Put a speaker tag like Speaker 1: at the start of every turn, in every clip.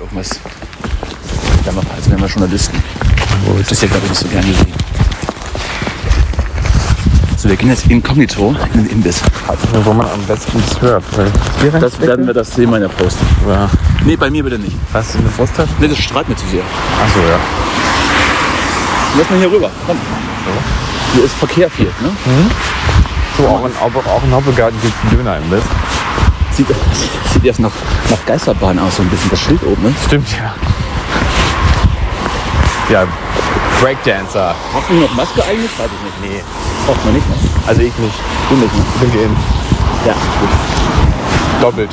Speaker 1: Irgendwas. Da mal, als wären wir Journalisten. Das ist ja, glaube ich, nicht so gern gesehen. So, wir gehen jetzt inkognito in den Imbiss.
Speaker 2: Wo man am besten es hört. Hier
Speaker 1: Das werden wir das sehen, meiner Post.
Speaker 2: Ja.
Speaker 1: Nee, bei mir bitte nicht.
Speaker 2: Hast du eine Brusttasche?
Speaker 1: Nee, das strahlt mir zu sehr.
Speaker 2: Achso, ja.
Speaker 1: Lass mal hier rüber. Komm. Hier ist Verkehr viel, ne?
Speaker 2: So, auch in, auch, auch in Hoppegarten gibt es einen Döner im Biss.
Speaker 1: Sieht, sieht erst nach, nach Geisterbahn aus, so ein bisschen das Schild oben, ne?
Speaker 2: Stimmt, ja. Ja, Breakdancer.
Speaker 1: Hast du noch Maske eigentlich? Weiß ich nicht.
Speaker 2: Nee.
Speaker 1: Braucht man nicht mehr.
Speaker 2: Also ich nicht.
Speaker 1: Du nicht, ne?
Speaker 2: Ich bin geimpft.
Speaker 1: Ja, gut.
Speaker 2: Doppelt.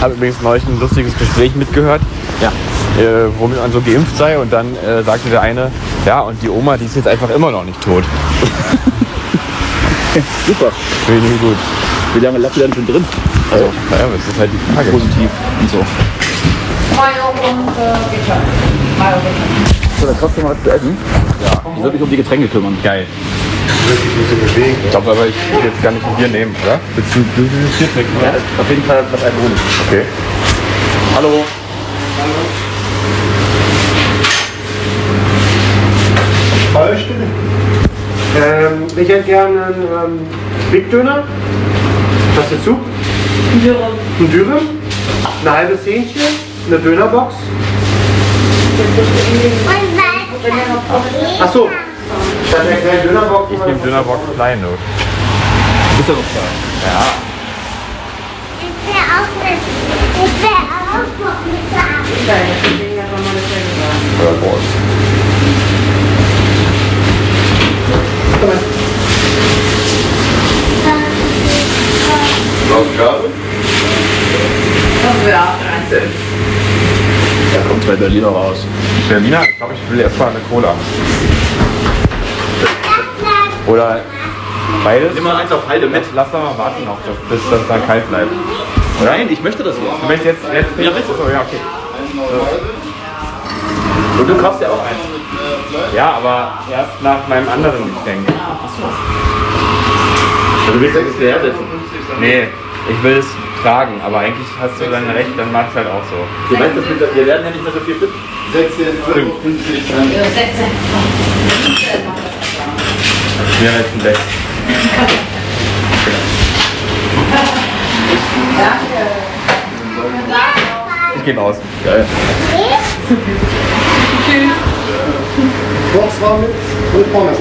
Speaker 2: Habe übrigens neulich ein lustiges Gespräch mitgehört,
Speaker 1: Ja.
Speaker 2: äh, womit man so geimpft sei. Und dann äh, sagte der eine, ja, und die Oma, die ist jetzt einfach immer noch nicht tot.
Speaker 1: Super.
Speaker 2: Finde ich gut.
Speaker 1: Wie lange lag die dann schon drin?
Speaker 2: Also, naja, das ist halt die Frage.
Speaker 1: Positiv und so.
Speaker 3: Mayo und äh, Ketchup. Mayo Ketchup.
Speaker 1: So, dann kaufst du mal was zu essen. Ja. Ich soll mich um die Getränke kümmern.
Speaker 2: Geil. Ich glaube aber, ich will jetzt gar nicht von dir nehmen, oder? Willst du, du willst hier trinken, oder?
Speaker 1: Auf jeden Fall was Alkoholisches.
Speaker 2: Okay.
Speaker 1: Hallo.
Speaker 4: Baustelle. Ähm, ich hätte gerne einen ähm, Big Döner. Was dazu?
Speaker 3: Dürre.
Speaker 4: Ein Dürüm, ein halbes Hähnchen, eine Dönerbox.
Speaker 3: Wenn ihr noch kommt,
Speaker 4: Achso, ich hatte ja keine Dönerbox.
Speaker 2: Ich nehme Dönerbock klein, oder?
Speaker 1: Ist ja noch da.
Speaker 3: dann ist es ja schon mal eine schöne Sache. Das wäre auch dran.
Speaker 1: Da kommt zwei Berliner raus.
Speaker 2: Berliner, ich glaube, ich will erstmal eine Cola. Oder beides?
Speaker 1: Immer eins auf Halde mit.
Speaker 2: Lass doch mal warten, auf das, bis das dann kalt bleibt.
Speaker 1: Nein, ich möchte das nicht.
Speaker 2: Du möchtest jetzt, jetzt
Speaker 1: Ja, bitte.
Speaker 2: So, ja, okay.
Speaker 1: Und du kaufst ja auch eins.
Speaker 2: ja, aber erst nach meinem anderen Getränk.
Speaker 1: Also du willst das hierher setzen.
Speaker 2: Nee, ich will es tragen, aber eigentlich hast du dann recht, dann mach ich halt auch so.
Speaker 1: Du weißt, dass wir, wir werden ja nicht mehr so viel fit.
Speaker 2: 16,50
Speaker 3: Ja, 16.
Speaker 2: Wir haben jetzt ein Deck. Ich geh raus.
Speaker 1: Geil.
Speaker 4: Box war mit und Pommes.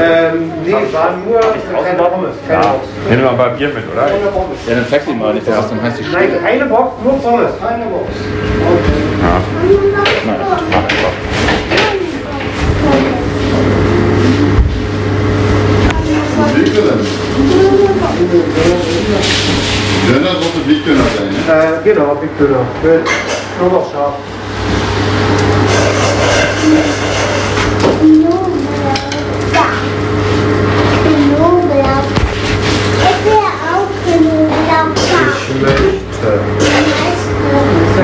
Speaker 4: Ähm, nee, war nur keine Pommes. Keine
Speaker 2: Ja,
Speaker 4: Box.
Speaker 2: nimm mal ein paar Bier mit, oder?
Speaker 4: Keine Pommes.
Speaker 1: Ja, dann zeig's ihm mal nicht, das ist dann heißt die Sch
Speaker 4: Nein, keine Box, nur Pommes. Keine Box.
Speaker 5: Döner sollte Bigdöner sein, ne?
Speaker 4: Äh, genau, Big Döner. Mit nur noch scharf. Schlecht.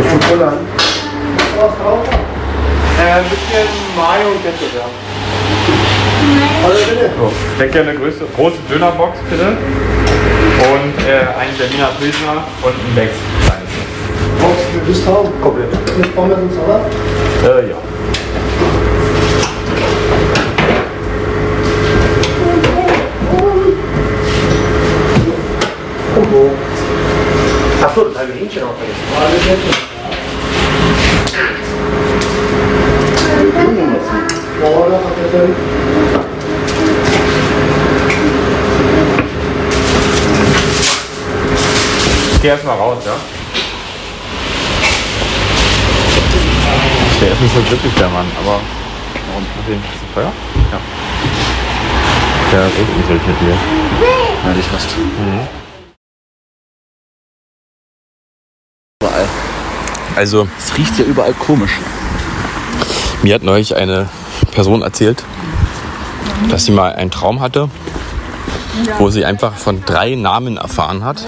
Speaker 4: Schokolade. Äh, ein bisschen Mayo und Ketchup, ja.
Speaker 2: So, ich hätte gerne eine größere, große Dönerbox, bitte. Und äh, einen Berliner Pilsner und ein Becks.
Speaker 4: Brauchst du Lust haben? Komplett. Mit Pommes und Salat?
Speaker 2: Äh, ja.
Speaker 4: Achso, das halbe Hähnchen auch vergessen.
Speaker 2: Ich geh erstmal raus, ja? Der ist nicht so glücklich, der Mann, aber
Speaker 6: Warum? Ist das zu teuer? Ja. Der Rückesel mit dir.
Speaker 1: Ja, dich fast. Überall.
Speaker 2: Also,
Speaker 1: Es riecht ja überall komisch.
Speaker 2: mir hat neulich eine Person erzählt, dass sie mal einen Traum hatte, wo sie einfach von drei Namen erfahren hat.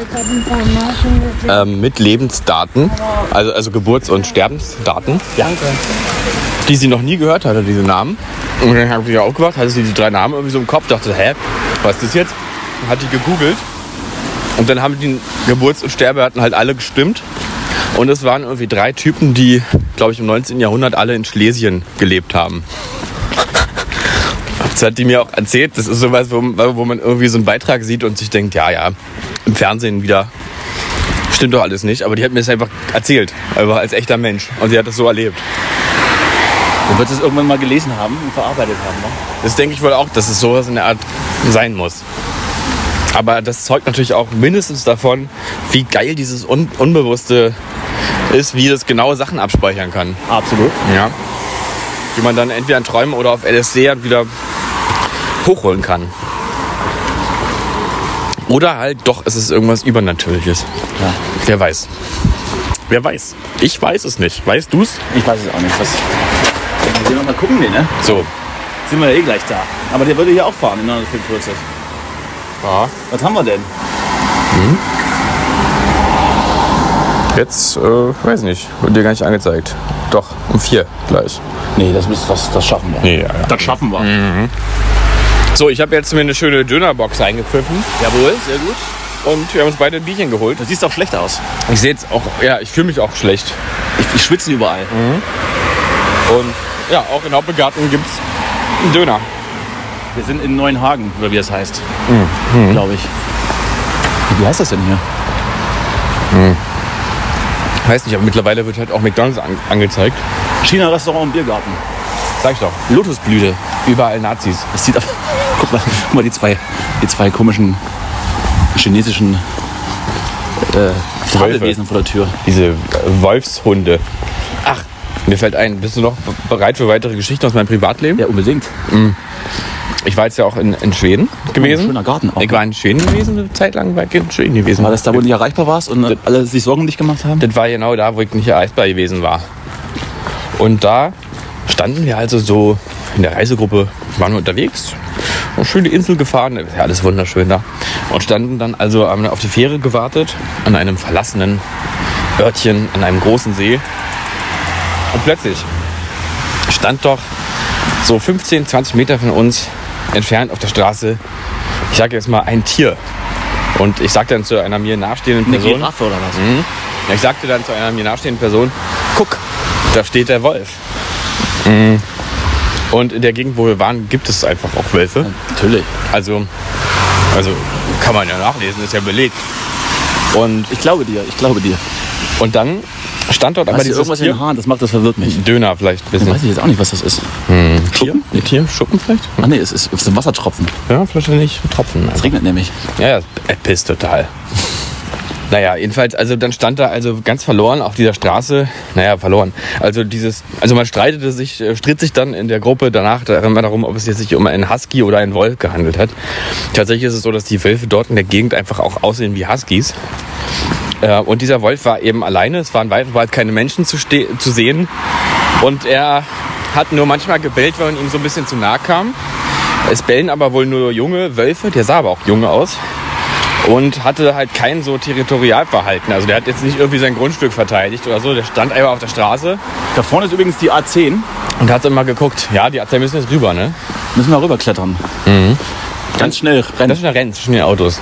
Speaker 2: Ähm, mit Lebensdaten, also, also Geburts- und Sterbensdaten, die sie noch nie gehört hatte, diese Namen. Und dann habe ich ja aufgewacht, hatte sie die drei Namen irgendwie so im Kopf, dachte, hä, was ist das jetzt? Und hat die gegoogelt. Und dann haben die Geburts- und Sterbedaten halt alle gestimmt. Und es waren irgendwie drei Typen, die, glaube ich, im 19. Jahrhundert alle in Schlesien gelebt haben. Das hat die mir auch erzählt. Das ist sowas, wo, wo man irgendwie so einen Beitrag sieht und sich denkt, ja, ja, im Fernsehen wieder. Stimmt doch alles nicht, aber die hat mir das einfach erzählt. Aber als echter Mensch. Und sie hat das so erlebt.
Speaker 1: Du wirst es irgendwann mal gelesen haben und verarbeitet haben. Ne?
Speaker 2: Das denke ich wohl auch, dass es sowas in der Art sein muss. Aber das zeugt natürlich auch mindestens davon, wie geil dieses Un Unbewusste ist, wie das genaue Sachen abspeichern kann.
Speaker 1: Absolut.
Speaker 2: Ja. Die man dann entweder in Träumen oder auf LSD dann wieder hochholen kann. Oder halt doch, es ist irgendwas Übernatürliches.
Speaker 1: Ja.
Speaker 2: Wer weiß. Wer weiß. Ich weiß es nicht. Weißt du's?
Speaker 1: Ich weiß es auch nicht. Was? Wir sehen noch mal gucken, wir, ne?
Speaker 2: So.
Speaker 1: Sind wir ja eh gleich da. Aber der würde hier auch fahren in 945.
Speaker 2: Ja.
Speaker 1: Was haben wir denn?
Speaker 2: Jetzt, äh, weiß nicht. Wird dir gar nicht angezeigt. Doch, um vier gleich.
Speaker 1: Nee, das, müssen, das, das schaffen wir.
Speaker 2: Nee, ja, ja.
Speaker 1: Das schaffen wir.
Speaker 2: So, ich habe jetzt mir eine schöne Dönerbox eingepfiffen
Speaker 1: Jawohl, sehr gut.
Speaker 2: und wir haben uns beide ein Bierchen geholt.
Speaker 1: Du siehst auch schlecht aus.
Speaker 2: Ich sehe jetzt auch, ja, ich fühle mich auch schlecht.
Speaker 1: Ich, ich schwitze überall.
Speaker 2: Und ja, auch in Hauptbegarten gibt's einen Döner.
Speaker 1: Wir sind in Neuenhagen, oder wie es heißt. Glaube ich. Wie heißt das denn hier?
Speaker 2: Weiß nicht, aber mittlerweile wird halt auch McDonalds an angezeigt.
Speaker 1: China-Restaurant und Biergarten.
Speaker 2: Sag ich doch.
Speaker 1: Lotusblüte.
Speaker 2: Überall Nazis.
Speaker 1: Das sieht aber. Guck mal, guck mal die, zwei, die zwei komischen chinesischen äh, Fabelwesen vor der Tür.
Speaker 2: Diese äh, Wolfshunde. Ach, mir fällt ein, bist du noch b- bereit für weitere Geschichten aus meinem Privatleben?
Speaker 1: Ja, unbedingt.
Speaker 2: Ich war jetzt ja auch in, in Schweden gewesen.
Speaker 1: Oh, schöner Garten auch. ne?
Speaker 2: Ich war in Schweden gewesen, eine Zeit lang weitgehend in Schweden gewesen.
Speaker 1: War das da, wo du nicht erreichbar warst und äh, alle sich Sorgen um dich gemacht haben?
Speaker 2: Das war genau da, wo ich nicht erreichbar gewesen war. Und da standen wir also so in der Reisegruppe, waren wir unterwegs, eine schöne Insel gefahren, ja, alles wunderschön da. Und standen dann also haben auf die Fähre gewartet, an einem verlassenen Örtchen, an einem großen See. Und plötzlich stand doch so 15, 20 Meter von uns entfernt auf der Straße, ich sage jetzt mal, ein Tier. Und ich sagte dann zu einer mir nahestehenden
Speaker 1: Eine
Speaker 2: Person,
Speaker 1: Giraffe oder was?
Speaker 2: ja, Ich sagte dann zu einer mir nachstehenden Person, guck, da steht der Wolf. Mhm. Und in der Gegend, wo wir waren, gibt es einfach auch Wölfe.
Speaker 1: Natürlich.
Speaker 2: Also, also kann man ja nachlesen, ist ja belegt. Und,
Speaker 1: Ich glaube dir, ich glaube dir.
Speaker 2: und dann stand dort aber
Speaker 1: Hast du
Speaker 2: dieses
Speaker 1: irgendwas in den
Speaker 2: Tier,
Speaker 1: Haaren? Das macht, das verwirrt mich.
Speaker 2: Döner vielleicht ein
Speaker 1: Dann
Speaker 2: bisschen.
Speaker 1: weiß ich jetzt auch nicht, was das ist. Schuppen?
Speaker 2: Tier? Tier? Schuppen vielleicht?
Speaker 1: Ah nee, es ist, es sind Wassertropfen.
Speaker 2: Ja, vielleicht nicht. Tropfen.
Speaker 1: Es regnet nämlich.
Speaker 2: Ja, ja, er pisst total. Naja, jedenfalls, also dann stand da also ganz verloren auf dieser Straße. Naja, verloren. Also dieses, also man streitete sich, äh, stritt sich dann in der Gruppe danach immer darum, ob es jetzt sich um einen Husky oder einen Wolf gehandelt hat. Tatsächlich ist es so, dass die Wölfe dort in der Gegend einfach auch aussehen wie Huskies. Äh, und dieser Wolf war eben alleine, es waren weit, weit keine Menschen zu, ste- zu sehen. Und er hat nur manchmal gebellt, wenn man ihm so ein bisschen zu nahe kam. Es bellen aber wohl nur junge Wölfe, der sah aber auch junge aus und hatte halt kein so Territorialverhalten. Also der hat jetzt nicht irgendwie sein Grundstück verteidigt oder so. Der stand einfach auf der Straße
Speaker 1: Da vorne ist übrigens die A10.
Speaker 2: und hat immer geguckt. Ja, die Azei müssen jetzt rüber, ne?
Speaker 1: Müssen wir rüberklettern.
Speaker 2: Mhm.
Speaker 1: Ganz schnell. Rennen.
Speaker 2: Das ist ein Rennen zwischen den Autos.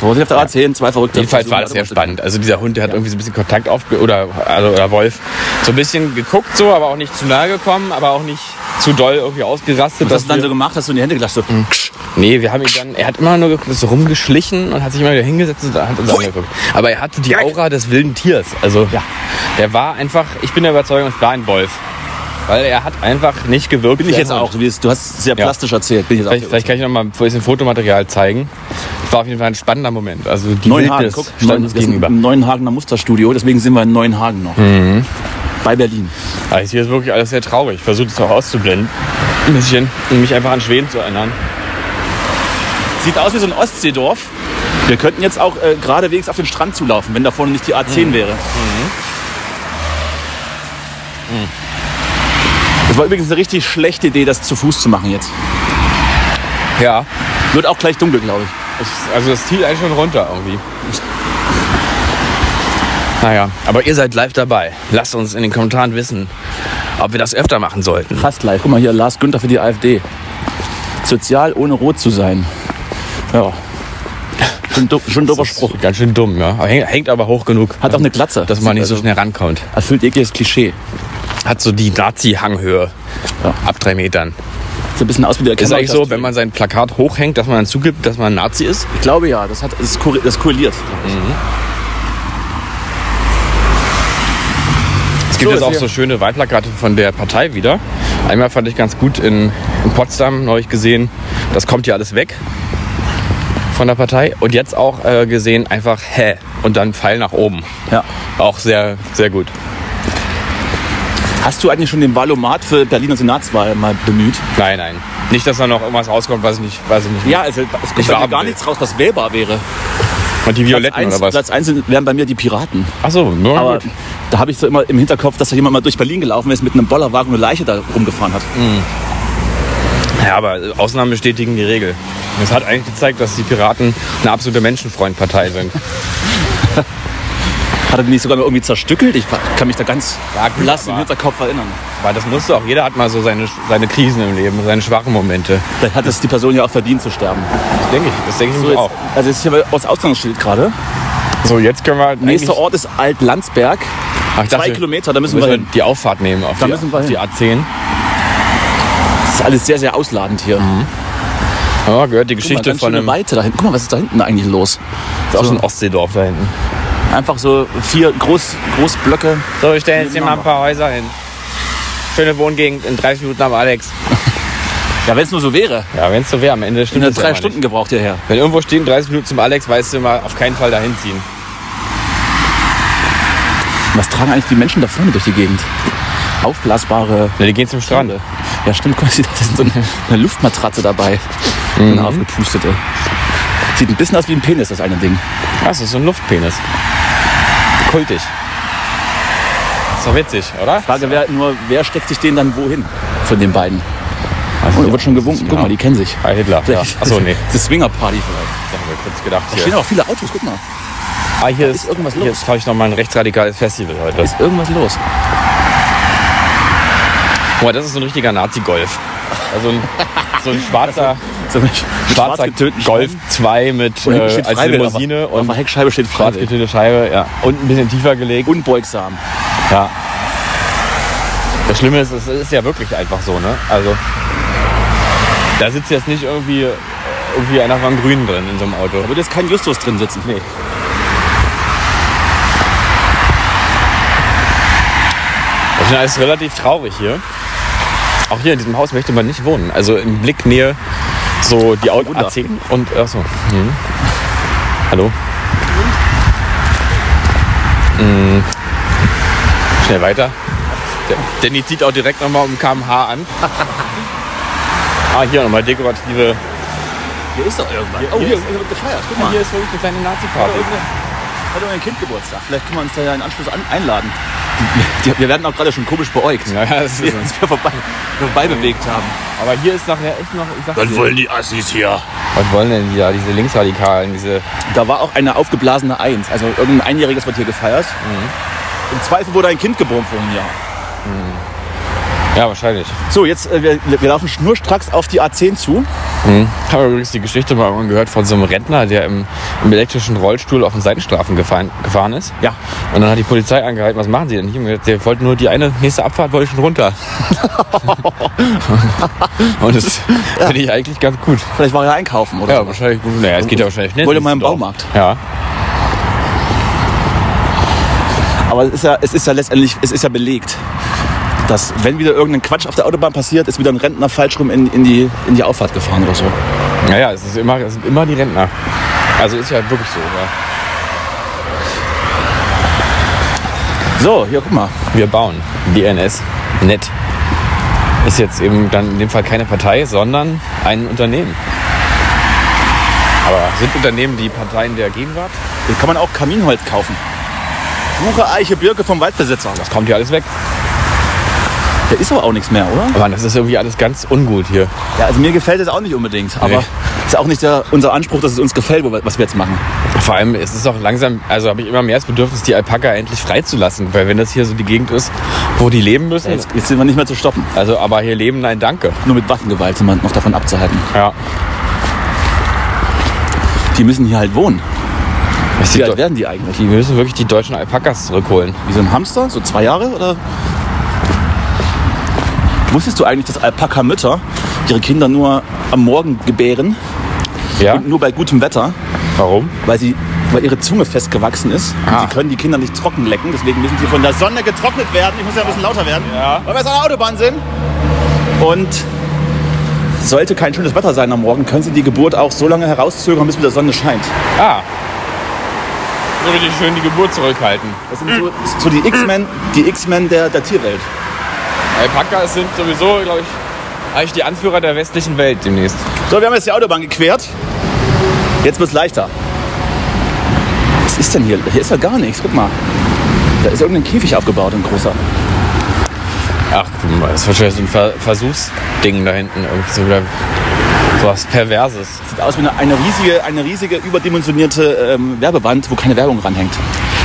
Speaker 1: Vorsicht auf der A10, zwei Verrückte.
Speaker 2: Jedenfalls war das sehr spannend. Also dieser Hund, der hat irgendwie so ein bisschen Kontakt aufge... Oder, also, oder Wolf. So ein bisschen geguckt so, aber auch nicht zu nahe gekommen, aber auch nicht zu doll irgendwie ausgerastet.
Speaker 1: Was hast du
Speaker 2: dass
Speaker 1: dann
Speaker 2: wir-
Speaker 1: so gemacht, hast du in die Hände gelacht? So.
Speaker 2: Mhm. Nee, wir haben ihn dann, er hat immer nur so rumgeschlichen und hat sich immer wieder hingesetzt und hat uns angeguckt. Aber er hatte die Aura des wilden Tiers. Also, ja. der war einfach, ich bin der Überzeugung, es war ein Wolf. Weil er hat einfach nicht gewirkt.
Speaker 1: Bin ich jetzt auch. Du wirst- Du hast sehr
Speaker 2: Ja.
Speaker 1: plastisch erzählt. Bin ich jetzt
Speaker 2: Vielleicht,
Speaker 1: auch.
Speaker 2: vielleicht kann ich noch mal ein bisschen Fotomaterial zeigen. Das war auf jeden Fall ein spannender Moment. Also, die
Speaker 1: Neuenhagen,
Speaker 2: Wildnis
Speaker 1: guck.
Speaker 2: stand uns
Speaker 1: wir sind
Speaker 2: gegenüber. Mhm.
Speaker 1: im Neuenhagener Musterstudio, deswegen sind wir in Neuenhagen noch. Bei Berlin.
Speaker 2: Also hier ist wirklich alles sehr traurig. Ich versuche es auch auszublenden. Ein bisschen. Und mich einfach an Schweden zu erinnern.
Speaker 1: Sieht aus wie so ein Ostseedorf. Wir könnten jetzt auch äh, geradewegs auf den Strand zulaufen, wenn da vorne nicht die A10
Speaker 2: Mhm.
Speaker 1: wäre. Mhm. Das war übrigens eine richtig schlechte Idee, das zu Fuß zu machen jetzt.
Speaker 2: Ja.
Speaker 1: Wird auch gleich dunkel, glaube ich.
Speaker 2: Es- Also das zieht eigentlich schon runter irgendwie. Naja, aber ihr seid live dabei. Lasst uns in den Kommentaren wissen, ob wir das öfter machen sollten.
Speaker 1: Fast live. Guck mal hier, Lars Günther für die AfD. Sozial ohne rot zu sein. Ja. Schon, du, schon ein dober Spruch.
Speaker 2: Ganz schön dumm, ja. Aber Hängt, hängt aber hoch genug,
Speaker 1: Hat auch eine Glatze. Also-
Speaker 2: dass man nicht so schnell rankommt.
Speaker 1: Erfüllt ekliges Klischee.
Speaker 2: Hat so die Nazi-Hanghöhe
Speaker 1: Ja.
Speaker 2: ab drei Metern.
Speaker 1: Sieht ein bisschen aus wie der
Speaker 2: Ist eigentlich so,
Speaker 1: Kämmerleiter-
Speaker 2: wenn man sein Plakat hochhängt, dass man dann zugibt, dass man ein Nazi ist?
Speaker 1: Ich glaube ja, das, hat, das, ist korre- das korreliert.
Speaker 2: Es gibt
Speaker 1: So,
Speaker 2: jetzt auch
Speaker 1: ist
Speaker 2: so
Speaker 1: hier.
Speaker 2: schöne Wahlplakate von der Partei wieder. Einmal fand ich ganz gut in, in Potsdam neulich gesehen, das kommt ja alles weg von der Partei. Und jetzt auch äh, gesehen einfach hä und dann Pfeil nach oben.
Speaker 1: Ja.
Speaker 2: Auch sehr, sehr gut.
Speaker 1: Hast du eigentlich schon den Wahlomat für Berliner Senatswahl mal bemüht?
Speaker 2: Nein, nein. Nicht, dass da noch irgendwas rauskommt, was ich nicht, was ich nicht.
Speaker 1: Ja, also es
Speaker 2: Ich
Speaker 1: kommt bei
Speaker 2: war
Speaker 1: mir gar
Speaker 2: am-
Speaker 1: nichts raus, was wählbar wäre.
Speaker 2: Und die
Speaker 1: Platz
Speaker 2: Violetten
Speaker 1: eins,
Speaker 2: oder was?
Speaker 1: Platz 1 wären bei mir die Piraten.
Speaker 2: Achso, nur
Speaker 1: Aber
Speaker 2: gut.
Speaker 1: da habe ich so immer im Hinterkopf, dass da jemand mal durch Berlin gelaufen ist mit einem Bollerwagen und eine Leiche da rumgefahren hat.
Speaker 2: Ja, aber Ausnahmen bestätigen die Regel. Das hat eigentlich gezeigt, dass die Piraten eine absolute Menschenfreundpartei sind.
Speaker 1: Hat er die nicht sogar mal irgendwie zerstückelt? Ich kann mich da ganz
Speaker 2: Ja, gut,
Speaker 1: blass im
Speaker 2: aber-
Speaker 1: Hinterkopf erinnern.
Speaker 2: Weil das musste auch. Jeder hat mal so seine, seine Krisen im Leben, seine schwachen Momente.
Speaker 1: Vielleicht hat es die Person ja auch verdient zu sterben.
Speaker 2: Das denke ich. Das denke ich
Speaker 1: So
Speaker 2: mir
Speaker 1: jetzt,
Speaker 2: auch.
Speaker 1: also jetzt ist hier das Ausgangsschild gerade.
Speaker 2: So, jetzt können wir.
Speaker 1: Nächster Ort ist Alt-Landsberg.
Speaker 2: Ach, ich dachte,
Speaker 1: Zwei Kilometer, da müssen
Speaker 2: müssen
Speaker 1: wir
Speaker 2: wir
Speaker 1: hin.
Speaker 2: die Auffahrt nehmen auf,
Speaker 1: Da
Speaker 2: die,
Speaker 1: müssen wir
Speaker 2: auf
Speaker 1: hin.
Speaker 2: die A10.
Speaker 1: Das ist alles sehr, sehr ausladend hier.
Speaker 2: Ja,
Speaker 1: Guck
Speaker 2: gehört die
Speaker 1: mal,
Speaker 2: Mhm. Geschichte
Speaker 1: ganz
Speaker 2: von
Speaker 1: schöne
Speaker 2: einem.
Speaker 1: Weite da hinten. Guck mal, was ist da hinten eigentlich los?
Speaker 2: Das ist auch so ein Ostseedorf da hinten.
Speaker 1: Einfach so vier Groß, Großblöcke.
Speaker 2: So, wir stellen jetzt hier mal ein paar Häuser hin. Schöne Wohngegend in 30 Minuten am Alex.
Speaker 1: Ja, wenn es nur so wäre.
Speaker 2: Ja, wenn es so wäre, am Ende
Speaker 1: Ich
Speaker 2: stimmt
Speaker 1: bin
Speaker 2: das
Speaker 1: drei
Speaker 2: immer
Speaker 1: Stunden
Speaker 2: Nicht.
Speaker 1: gebraucht hierher.
Speaker 2: Wenn irgendwo stehen 30 Minuten zum Alex, weißt du mal auf keinen Fall dahin ziehen.
Speaker 1: Was tragen eigentlich die Menschen da vorne durch die Gegend? Aufblasbare.
Speaker 2: Ne, die gehen zum Strand.
Speaker 1: Ja, stimmt, guck mal, da ist so eine, eine Luftmatratze dabei. Eine aufgepustete. Sieht ein bisschen aus wie ein Penis, das eine Ding.
Speaker 2: Ah, das ist so ein Luftpenis. Kultig. Ist doch witzig, oder?
Speaker 1: Frage wäre nur, wer steckt sich den dann wohin? Von den beiden.
Speaker 2: Also,
Speaker 1: Und da Oh, wird schon gewunken. Guck mal, die kennen sich.
Speaker 2: Ah, Hitler. Ja.
Speaker 1: Vielleicht-
Speaker 2: Achso, nee.
Speaker 1: Das ist Swinger-Party vielleicht.
Speaker 2: Ich hab mir kurz gedacht,
Speaker 1: Da
Speaker 2: hier.
Speaker 1: stehen auch viele Autos, guck mal.
Speaker 2: Ah, hier
Speaker 1: ist irgendwas los.
Speaker 2: Hier ist, glaube ich, nochmal ein rechtsradikales Festival heute.
Speaker 1: Ist irgendwas los?
Speaker 2: Guck mal, das ist so ein richtiger Nazi-Golf. Also ein, so ein schwarzer,
Speaker 1: So mit, mit schwarz
Speaker 2: schwarzer
Speaker 1: getönten
Speaker 2: Golf
Speaker 1: Scheiben.
Speaker 2: 2 mit
Speaker 1: Und
Speaker 2: äh,
Speaker 1: hinten steht
Speaker 2: als
Speaker 1: Freiwill. auf-
Speaker 2: Limousine
Speaker 1: auf
Speaker 2: und
Speaker 1: der Heckscheibe steht
Speaker 2: schwarz
Speaker 1: Freiwill.
Speaker 2: getönte Scheibe. Ja. Und ein bisschen tiefer gelegt.
Speaker 1: Unbeugsam.
Speaker 2: ja. Das Schlimme ist, es ist ja wirklich einfach so, ne? Also, da sitzt jetzt nicht irgendwie, äh, irgendwie einer von Grünen drin in so einem Auto.
Speaker 1: Da wird jetzt kein Justus drin sitzen.
Speaker 2: Nee. Das ist alles relativ traurig hier. Auch hier in diesem Haus möchte man nicht wohnen. Also in Blicknähe so die Auto
Speaker 1: Wunder.
Speaker 2: A10 und achso. Mhm. Hallo. Mhm. Schnell weiter. Der, Danny zieht auch direkt nochmal um kmh an. ah, hier nochmal dekorative.
Speaker 1: Hier ist doch irgendwas. Oh, hier, hier wird gefeiert. Guck mal,
Speaker 2: Hier ist wirklich eine kleine Nazi-Party.
Speaker 1: hat mein Kind Geburtstag. Vielleicht können wir uns da ja in Anschluss an, einladen. Die, die, wir werden auch gerade schon komisch beäugt,
Speaker 2: Ja, ja, das
Speaker 1: die
Speaker 2: ist
Speaker 1: uns hier vorbei, vorbei bewegt haben.
Speaker 2: Aber hier ist nachher echt noch. Ich sag dir-
Speaker 1: die Assis hier.
Speaker 2: Was wollen denn die da, diese Linksradikalen, diese.
Speaker 1: Da war auch eine aufgeblasene Eins. Also irgendein Einjähriges wird hier gefeiert. Im Zweifel wurde ein Kind geboren vor einem Jahr.
Speaker 2: Ja, wahrscheinlich.
Speaker 1: So, jetzt, äh, wir, wir laufen schnurstracks auf die A10 zu.
Speaker 2: Ich habe übrigens die Geschichte mal irgendwann gehört von so einem Rentner, der im, im elektrischen Rollstuhl auf den Seitenstrafen gefahren, gefahren ist.
Speaker 1: Ja.
Speaker 2: Und dann hat die Polizei angehalten, was machen sie denn? Ich hab mir gesagt, Der wollte nur die eine nächste Abfahrt, wollte ich schon runter. Und das finde ich eigentlich ganz gut.
Speaker 1: Vielleicht war er einkaufen oder
Speaker 2: Ja,
Speaker 1: so.
Speaker 2: wahrscheinlich gut. Naja, es geht ja wahrscheinlich nicht.
Speaker 1: Wollte mal im
Speaker 2: Dorf.
Speaker 1: Baumarkt.
Speaker 2: Ja.
Speaker 1: Aber es ist ja, es ist ja letztendlich, es ist ja belegt, dass wenn wieder irgendein Quatsch auf der Autobahn passiert, ist wieder ein Rentner falsch rum in, in, die, in die Auffahrt gefahren oder so.
Speaker 2: Naja, es, ist immer, es sind immer die Rentner. Also ist ja wirklich so. Ja.
Speaker 1: So, hier, guck mal.
Speaker 2: Wir bauen DNS Net. Ist jetzt eben dann in dem Fall keine Partei, sondern ein Unternehmen. Aber sind Unternehmen die Parteien der Gegenwart?
Speaker 1: Hier kann man auch Kaminholz kaufen. Buche, Eiche, Birke vom Waldbesitzer.
Speaker 2: Das kommt hier alles weg.
Speaker 1: Da ist aber auch nichts mehr, oder?
Speaker 2: Mann, das ist irgendwie alles ganz ungut hier.
Speaker 1: Ja, also mir gefällt es auch nicht unbedingt. Aber
Speaker 2: Nee.
Speaker 1: ist auch nicht der, unser Anspruch, dass es uns gefällt, wo wir- was wir jetzt machen.
Speaker 2: Vor allem ist es auch langsam, also habe ich immer mehr das Bedürfnis, die Alpaka endlich freizulassen, weil wenn das hier so die Gegend ist, wo die leben müssen.
Speaker 1: Jetzt, jetzt sind wir nicht mehr zu stoppen.
Speaker 2: Also, aber hier leben, nein, danke.
Speaker 1: Nur mit Waffengewalt sind wir noch davon abzuhalten.
Speaker 2: Ja.
Speaker 1: Die müssen hier halt wohnen. Wie alt
Speaker 2: doch-
Speaker 1: werden die eigentlich?
Speaker 2: Die müssen wirklich die deutschen Alpakas zurückholen.
Speaker 1: Wie so ein Hamster? So zwei Jahre? Oder? Wusstest du eigentlich, dass Alpaka-Mütter ihre Kinder nur am Morgen gebären
Speaker 2: Ja?
Speaker 1: und nur bei gutem Wetter,
Speaker 2: Warum?
Speaker 1: weil, sie, weil ihre Zunge festgewachsen ist?
Speaker 2: Ah.
Speaker 1: Und sie können die Kinder nicht trocken lecken, deswegen müssen sie von der Sonne getrocknet werden. Ich muss ja ein bisschen lauter werden,
Speaker 2: Ja.
Speaker 1: weil wir jetzt an der Autobahn sind. Und sollte kein schönes Wetter sein am Morgen, können sie die Geburt auch so lange herauszögern, bis wieder Sonne scheint.
Speaker 2: Ah. So richtig schön die Geburt zurückhalten.
Speaker 1: Das sind so, so die X-Men die X-Men der, der Tierwelt.
Speaker 2: Alpakas sind sowieso, glaube ich, eigentlich die Anführer der westlichen Welt demnächst.
Speaker 1: So, wir haben jetzt die Autobahn gequert. Jetzt wird's leichter. Was ist denn hier? Hier ist ja gar nichts. Guck mal. Da ist irgendein Käfig aufgebaut, ein großer.
Speaker 2: Ach, das ist wahrscheinlich so ein Ver Versuchsding da hinten. Irgendwie so wieder so was Perverses.
Speaker 1: Sieht aus wie eine, eine riesige, eine riesige überdimensionierte ähm, Werbewand, wo keine Werbung ranhängt.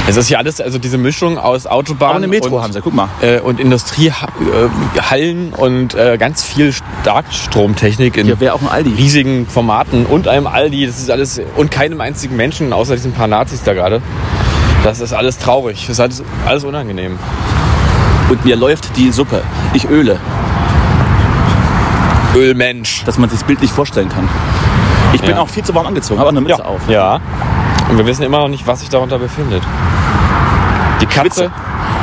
Speaker 2: Es ist ja alles, also diese Mischung aus Autobahn
Speaker 1: Aber eine Metro
Speaker 2: und,
Speaker 1: haben sie, guck mal.
Speaker 2: Äh, und Industriehallen und äh, ganz viel Starkstromtechnik in
Speaker 1: Hier wäre auch ein Aldi.
Speaker 2: riesigen Formaten und einem Aldi. Das ist alles und keinem einzigen Menschen außer diesen paar Nazis da gerade. Das ist alles traurig. Das ist alles, alles unangenehm.
Speaker 1: Und mir läuft die Suppe. Ich öle,
Speaker 2: Ölmensch.
Speaker 1: dass man sich das Bild nicht vorstellen kann. Ich bin
Speaker 2: Ja.
Speaker 1: auch viel zu warm angezogen, habe auch eine Mütze auf.
Speaker 2: Ja. Und wir wissen immer noch nicht, was sich darunter befindet. Die Katze.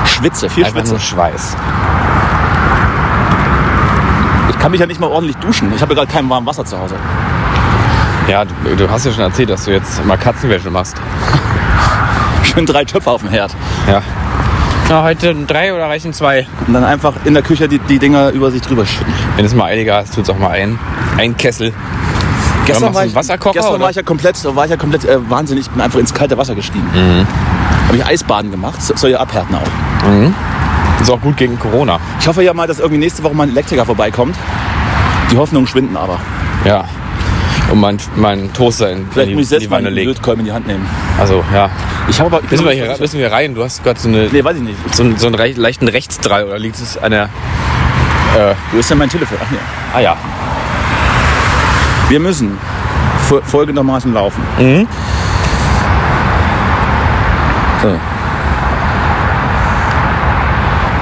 Speaker 1: Schwitze. Schwitze, viel
Speaker 2: Einfach
Speaker 1: Schwitze.
Speaker 2: nur Schweiß.
Speaker 1: Ich kann mich ja nicht mal ordentlich duschen. Ich habe ja gerade kein warmes Wasser zu Hause.
Speaker 2: Ja, du, du hast ja schon erzählt, dass du jetzt mal Katzenwäsche machst.
Speaker 1: Schön drei Töpfe auf dem Herd.
Speaker 2: Ja. Na, heute drei oder reichen zwei?
Speaker 1: Und dann einfach in der Küche die, die Dinger über sich drüber schütten.
Speaker 2: Wenn es mal einiger hast, tut's auch mal ein. Ein Kessel. machst du einen Wasserkocher,
Speaker 1: gestern
Speaker 2: oder?
Speaker 1: war ich ja komplett, war ich ja komplett äh, wahnsinnig. Ich bin einfach ins kalte Wasser gestiegen. Habe ich Eisbaden gemacht. So- Soll ja abhärten auch.
Speaker 2: Ist auch gut gegen Corona.
Speaker 1: Ich hoffe ja mal, dass irgendwie nächste Woche mal ein Elektriker vorbeikommt. Die Hoffnungen schwinden aber.
Speaker 2: Ja. Und mein, mein Toaster in, in
Speaker 1: Vielleicht
Speaker 2: die,
Speaker 1: muss ich
Speaker 2: in die
Speaker 1: selbst mal
Speaker 2: Wanne
Speaker 1: einen
Speaker 2: legen.
Speaker 1: Lötkolben in die Hand nehmen.
Speaker 2: Also, ja.
Speaker 1: Ich habe aber. Ich bin
Speaker 2: Müssen wir,
Speaker 1: noch nicht
Speaker 2: hier,
Speaker 1: sicher.
Speaker 2: müssen wir rein? Du hast gerade so, eine,
Speaker 1: Nee, weiß ich nicht.
Speaker 2: so, einen, so einen rei- leichten Rechtsdrall oder liegt es an der.
Speaker 1: Wo ist denn mein Telefon? Ach, hier.
Speaker 2: Ah ja.
Speaker 1: Wir müssen fo- folgendermaßen laufen.
Speaker 2: Mhm.
Speaker 1: So.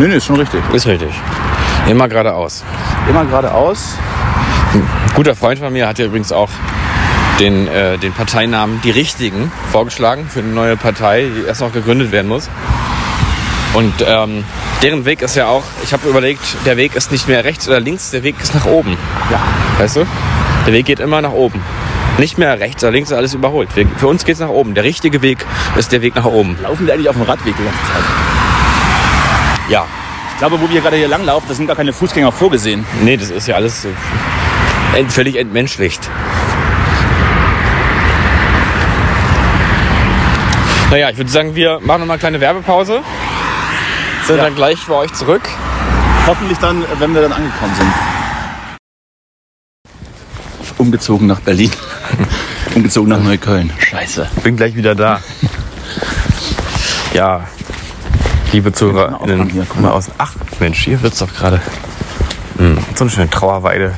Speaker 1: Nee, nee, ist schon richtig.
Speaker 2: Ist richtig. Immer geradeaus.
Speaker 1: Immer geradeaus.
Speaker 2: Ein guter Freund von mir hat ja übrigens auch den, äh, den Parteinamen Die Richtigen vorgeschlagen für eine neue Partei, die erst noch gegründet werden muss. Und ähm, deren Weg ist ja auch, ich habe überlegt, der Weg ist nicht mehr rechts oder links, der Weg ist nach oben.
Speaker 1: Ja.
Speaker 2: Weißt du? Der Weg geht immer nach oben. Nicht mehr rechts oder links, alles überholt. Wir, für uns geht es nach oben. Der richtige Weg ist der Weg nach oben.
Speaker 1: Laufen wir eigentlich auf dem Radweg die ganze Zeit?
Speaker 2: Ja.
Speaker 1: Ich glaube, wo wir gerade hier langlaufen, das sind gar keine Fußgänger vorgesehen.
Speaker 2: Nee, das ist ja alles äh, ent, völlig entmenschlicht. Naja, ich würde sagen, wir machen nochmal eine kleine Werbepause. Sind dann gleich für euch zurück.
Speaker 1: Hoffentlich dann, wenn wir dann angekommen sind. Umgezogen nach Berlin. Umgezogen nach Neukölln. Scheiße.
Speaker 2: Bin gleich wieder da. ja, liebe
Speaker 1: aufmachen
Speaker 2: ZuhörerInnen.
Speaker 1: hier, guck mal.
Speaker 2: aus. Ach, Mensch, hier wird's doch gerade. Hm, so eine schöne Trauerweide.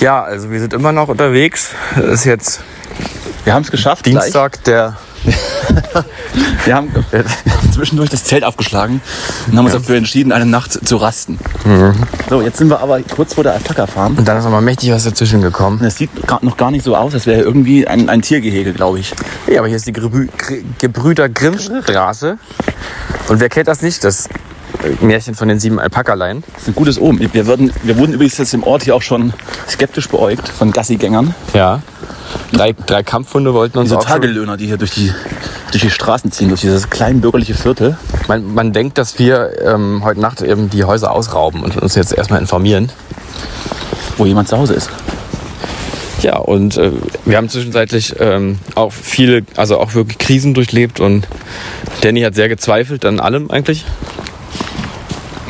Speaker 2: Ja, also wir sind immer noch unterwegs. Es ist jetzt
Speaker 1: Wir haben es geschafft.
Speaker 2: Dienstag, der
Speaker 1: Gleich. Wir haben zwischendurch das Zelt aufgeschlagen und haben uns dafür entschieden, eine Nacht zu rasten. So, jetzt sind wir aber kurz vor der Alpaka-Farm.
Speaker 2: Und dann ist nochmal mächtig was dazwischen gekommen.
Speaker 1: Und Es sieht gar- noch gar nicht so aus, als wäre hier irgendwie ein, ein Tiergehege, glaube ich.
Speaker 2: Ja, aber hier ist die Gebrü Gr- Gebrüder Grimm Straße. Und wer kennt das nicht? Das äh, Märchen von den sieben Alpakaleien.
Speaker 1: Das ist ein gutes Omen. Wir, würden, wir wurden übrigens jetzt im Ort hier auch schon skeptisch beäugt von Gassigängern.
Speaker 2: Ja. Drei, drei Kampfhunde wollten uns
Speaker 1: Diese
Speaker 2: auch schon-
Speaker 1: Tagelöhner, die hier durch die durch die Straßen ziehen, durch dieses kleinbürgerliche Viertel.
Speaker 2: Man, man denkt, dass wir ähm, heute Nacht eben die Häuser ausrauben und uns jetzt erstmal informieren.
Speaker 1: wo jemand zu Hause ist.
Speaker 2: Ja, und äh, wir haben zwischenzeitlich ähm, auch viele, also auch wirklich Krisen durchlebt und Danny hat sehr gezweifelt an allem eigentlich.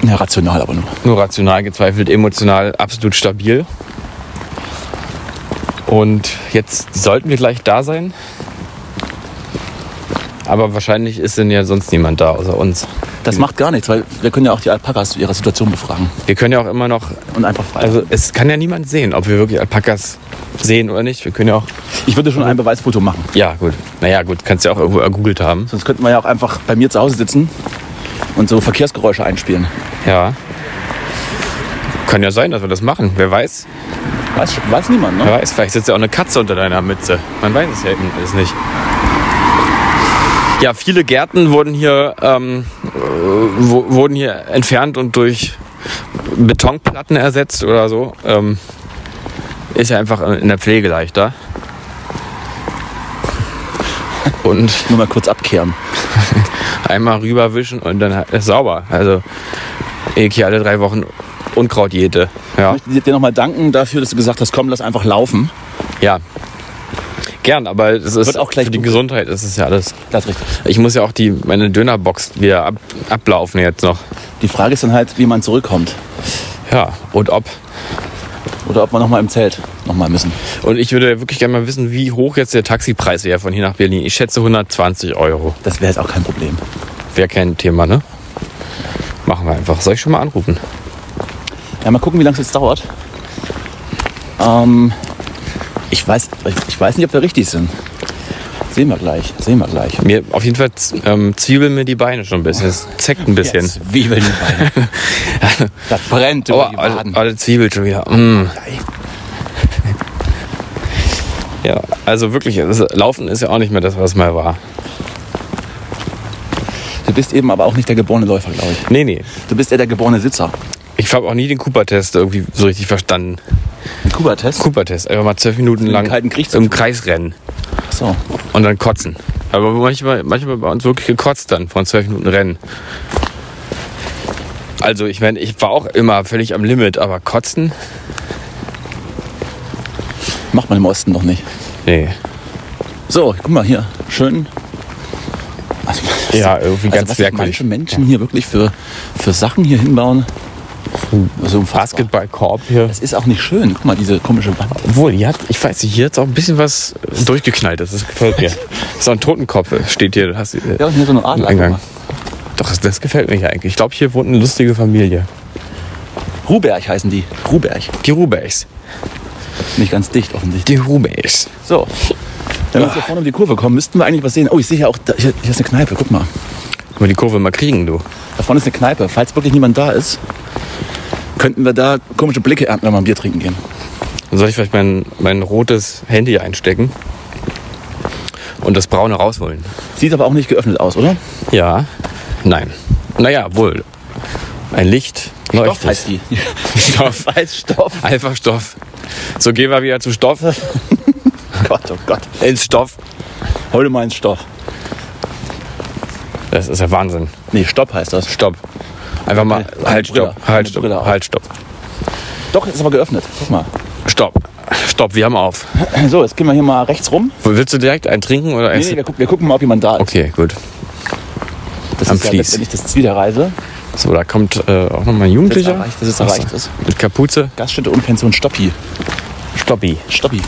Speaker 1: Ja, rational aber nur.
Speaker 2: Nur rational gezweifelt, emotional absolut stabil. Und jetzt sollten wir gleich da sein. Aber wahrscheinlich ist denn ja sonst niemand da außer uns.
Speaker 1: Das macht gar nichts, weil wir können ja auch die Alpakas zu ihrer Situation befragen
Speaker 2: Wir können ja auch immer noch,
Speaker 1: und einfach frei.
Speaker 2: also es kann ja niemand sehen, ob wir wirklich Alpakas sehen oder nicht. Wir können ja auch,
Speaker 1: ich würde schon ein Beweisfoto machen.
Speaker 2: ja gut, naja gut, kannst ja auch irgendwo ergoogelt haben.
Speaker 1: Sonst könnten wir ja auch einfach bei mir zu Hause sitzen und so Verkehrsgeräusche einspielen.
Speaker 2: Ja. Kann ja sein, dass wir das machen. Wer weiß?
Speaker 1: Weiß, weiß niemand, ne?
Speaker 2: Wer weiß, vielleicht sitzt ja auch eine Katze unter deiner Mütze. Man weiß es ja eben alles nicht. Ja, viele Gärten wurden hier, ähm, äh, wo, wurden hier entfernt und durch Betonplatten ersetzt oder so. Ähm, ist ja einfach in der Pflege leichter. Und
Speaker 1: Nur mal kurz abkehren.
Speaker 2: einmal rüberwischen und dann ist sauber. Also ich hier alle drei Wochen Unkrautjäte. Ja.
Speaker 1: Ich möchte dir nochmal danken dafür, dass du gesagt hast, komm, lass einfach laufen.
Speaker 2: Ja. Gern, aber es ist
Speaker 1: Wird auch gleich
Speaker 2: für die
Speaker 1: dunkel.
Speaker 2: Gesundheit ist es ja alles.
Speaker 1: Das ist richtig.
Speaker 2: Ich muss ja auch die meine Dönerbox wieder ab, ablaufen jetzt noch.
Speaker 1: Die Frage ist dann halt, wie man zurückkommt.
Speaker 2: Ja, und ob.
Speaker 1: Oder ob wir nochmal im Zelt nochmal müssen.
Speaker 2: Und ich würde wirklich gerne mal wissen, wie hoch jetzt der Taxipreis wäre von hier nach Berlin. Ich schätze 120 Euro.
Speaker 1: Das wäre jetzt auch kein Problem.
Speaker 2: Wäre kein Thema, ne? Machen wir einfach. Soll ich schon mal anrufen?
Speaker 1: Ja, mal gucken, wie lange es jetzt dauert. Ähm, ich, weiß, ich- ich weiß nicht, ob wir richtig sind. Sehen wir gleich, sehen wir gleich.
Speaker 2: Mir auf jeden Fall ähm, zwiebeln mir die Beine schon ein bisschen. Es zeckt ein bisschen.
Speaker 1: Jetzt zwiebeln die Beine. Das brennt
Speaker 2: Oh,
Speaker 1: über die Waden.
Speaker 2: alle, alle Zwiebeln schon wieder. Mm. Ja, also wirklich, es ist, Laufen ist ja auch nicht mehr das, was mal war.
Speaker 1: Du bist eben aber auch nicht der geborene Läufer, glaube ich.
Speaker 2: Nee, nee.
Speaker 1: Du bist eher der geborene Sitzer.
Speaker 2: Ich habe auch nie den Cooper-Test irgendwie so richtig verstanden.
Speaker 1: Ein Kuba-Test?
Speaker 2: Cooper-Test, einfach mal zwölf Minuten
Speaker 1: Im
Speaker 2: lang
Speaker 1: Kalten Krieg zu
Speaker 2: im
Speaker 1: tun.
Speaker 2: Kreis rennen
Speaker 1: So.
Speaker 2: und dann kotzen. Aber manchmal, manchmal bei uns wirklich gekotzt dann von zwölf Minuten Rennen. Also ich meine, ich war auch immer völlig am Limit, aber kotzen?
Speaker 1: Macht man im Osten noch nicht.
Speaker 2: Nee.
Speaker 1: So, guck mal hier. Schön. Also,
Speaker 2: Ja, irgendwie ganz
Speaker 1: was
Speaker 2: merkwürdig.
Speaker 1: manche Menschen hier wirklich für, für Sachen hier hinbauen. So ein Basket.
Speaker 2: Basketballkorb hier.
Speaker 1: Das ist auch nicht schön. Guck mal, diese komische Wand.
Speaker 2: Obwohl, hier hat, ich weiß nicht, hier hat auch ein bisschen was durchgeknallt. Das ist- gefällt mir. So ein Totenkopf steht hier. Hast, du-
Speaker 1: Ja, und hier so ein
Speaker 2: im
Speaker 1: Adler.
Speaker 2: Eingang. Doch, das, das gefällt mir hier eigentlich. Ich glaube, hier wohnt eine lustige Familie.
Speaker 1: Guck mal. Ruberg heißen die. Ruberg.
Speaker 2: Die Rubex.
Speaker 1: Nicht ganz dicht offensichtlich.
Speaker 2: Die Rubex.
Speaker 1: So. Wenn wir jetzt hier vorne um die Kurve kommen, müssten wir eigentlich was sehen. Oh, ich sehe ja auch, da, hier, hier ist eine Kneipe. Guck mal.
Speaker 2: Wenn wir die Kurve mal kriegen, du.
Speaker 1: Da vorne ist eine Kneipe. Falls wirklich niemand da ist, könnten wir da komische Blicke ernten, wenn wir ein Bier trinken gehen.
Speaker 2: Dann soll ich vielleicht mein, mein rotes Handy einstecken und das braune rausholen.
Speaker 1: Sieht aber auch nicht geöffnet aus, oder?
Speaker 2: Ja. Nein. Naja, wohl. Ein Licht
Speaker 1: Stoff heißt die.
Speaker 2: Stoff.
Speaker 1: Weiß Stoff.
Speaker 2: Einfach Stoff. So gehen wir wieder zu Stoff.
Speaker 1: Gott, oh Gott.
Speaker 2: Ins Stoff.
Speaker 1: Heute mal ins Stoff.
Speaker 2: Das ist ja Wahnsinn.
Speaker 1: Nee, Stopp heißt das.
Speaker 2: Stopp. Einfach mal
Speaker 1: Eine
Speaker 2: halt
Speaker 1: Brille.
Speaker 2: stopp, halt
Speaker 1: Eine Brille
Speaker 2: stopp,
Speaker 1: auf.
Speaker 2: halt stopp.
Speaker 1: Doch, ist aber geöffnet. Guck mal.
Speaker 2: Stopp. Stopp, wir haben auf.
Speaker 1: So, jetzt gehen wir hier mal rechts rum.
Speaker 2: Willst du direkt einen trinken oder
Speaker 1: Nee,
Speaker 2: erst-
Speaker 1: nee, wir, gucken, wir gucken mal, ob jemand da ist.
Speaker 2: Okay, gut.
Speaker 1: das
Speaker 2: am
Speaker 1: ist ja
Speaker 2: Fließ.
Speaker 1: letztendlich das Ziel der Reise.
Speaker 2: So, da kommt äh, auch nochmal ein Jugendlicher.
Speaker 1: Das ist erreicht, das ist
Speaker 2: Achso.
Speaker 1: erreicht, das.
Speaker 2: Mit Kapuze.
Speaker 1: Gaststätte und Pension Stoppi.
Speaker 2: Stoppi.
Speaker 1: Stoppi.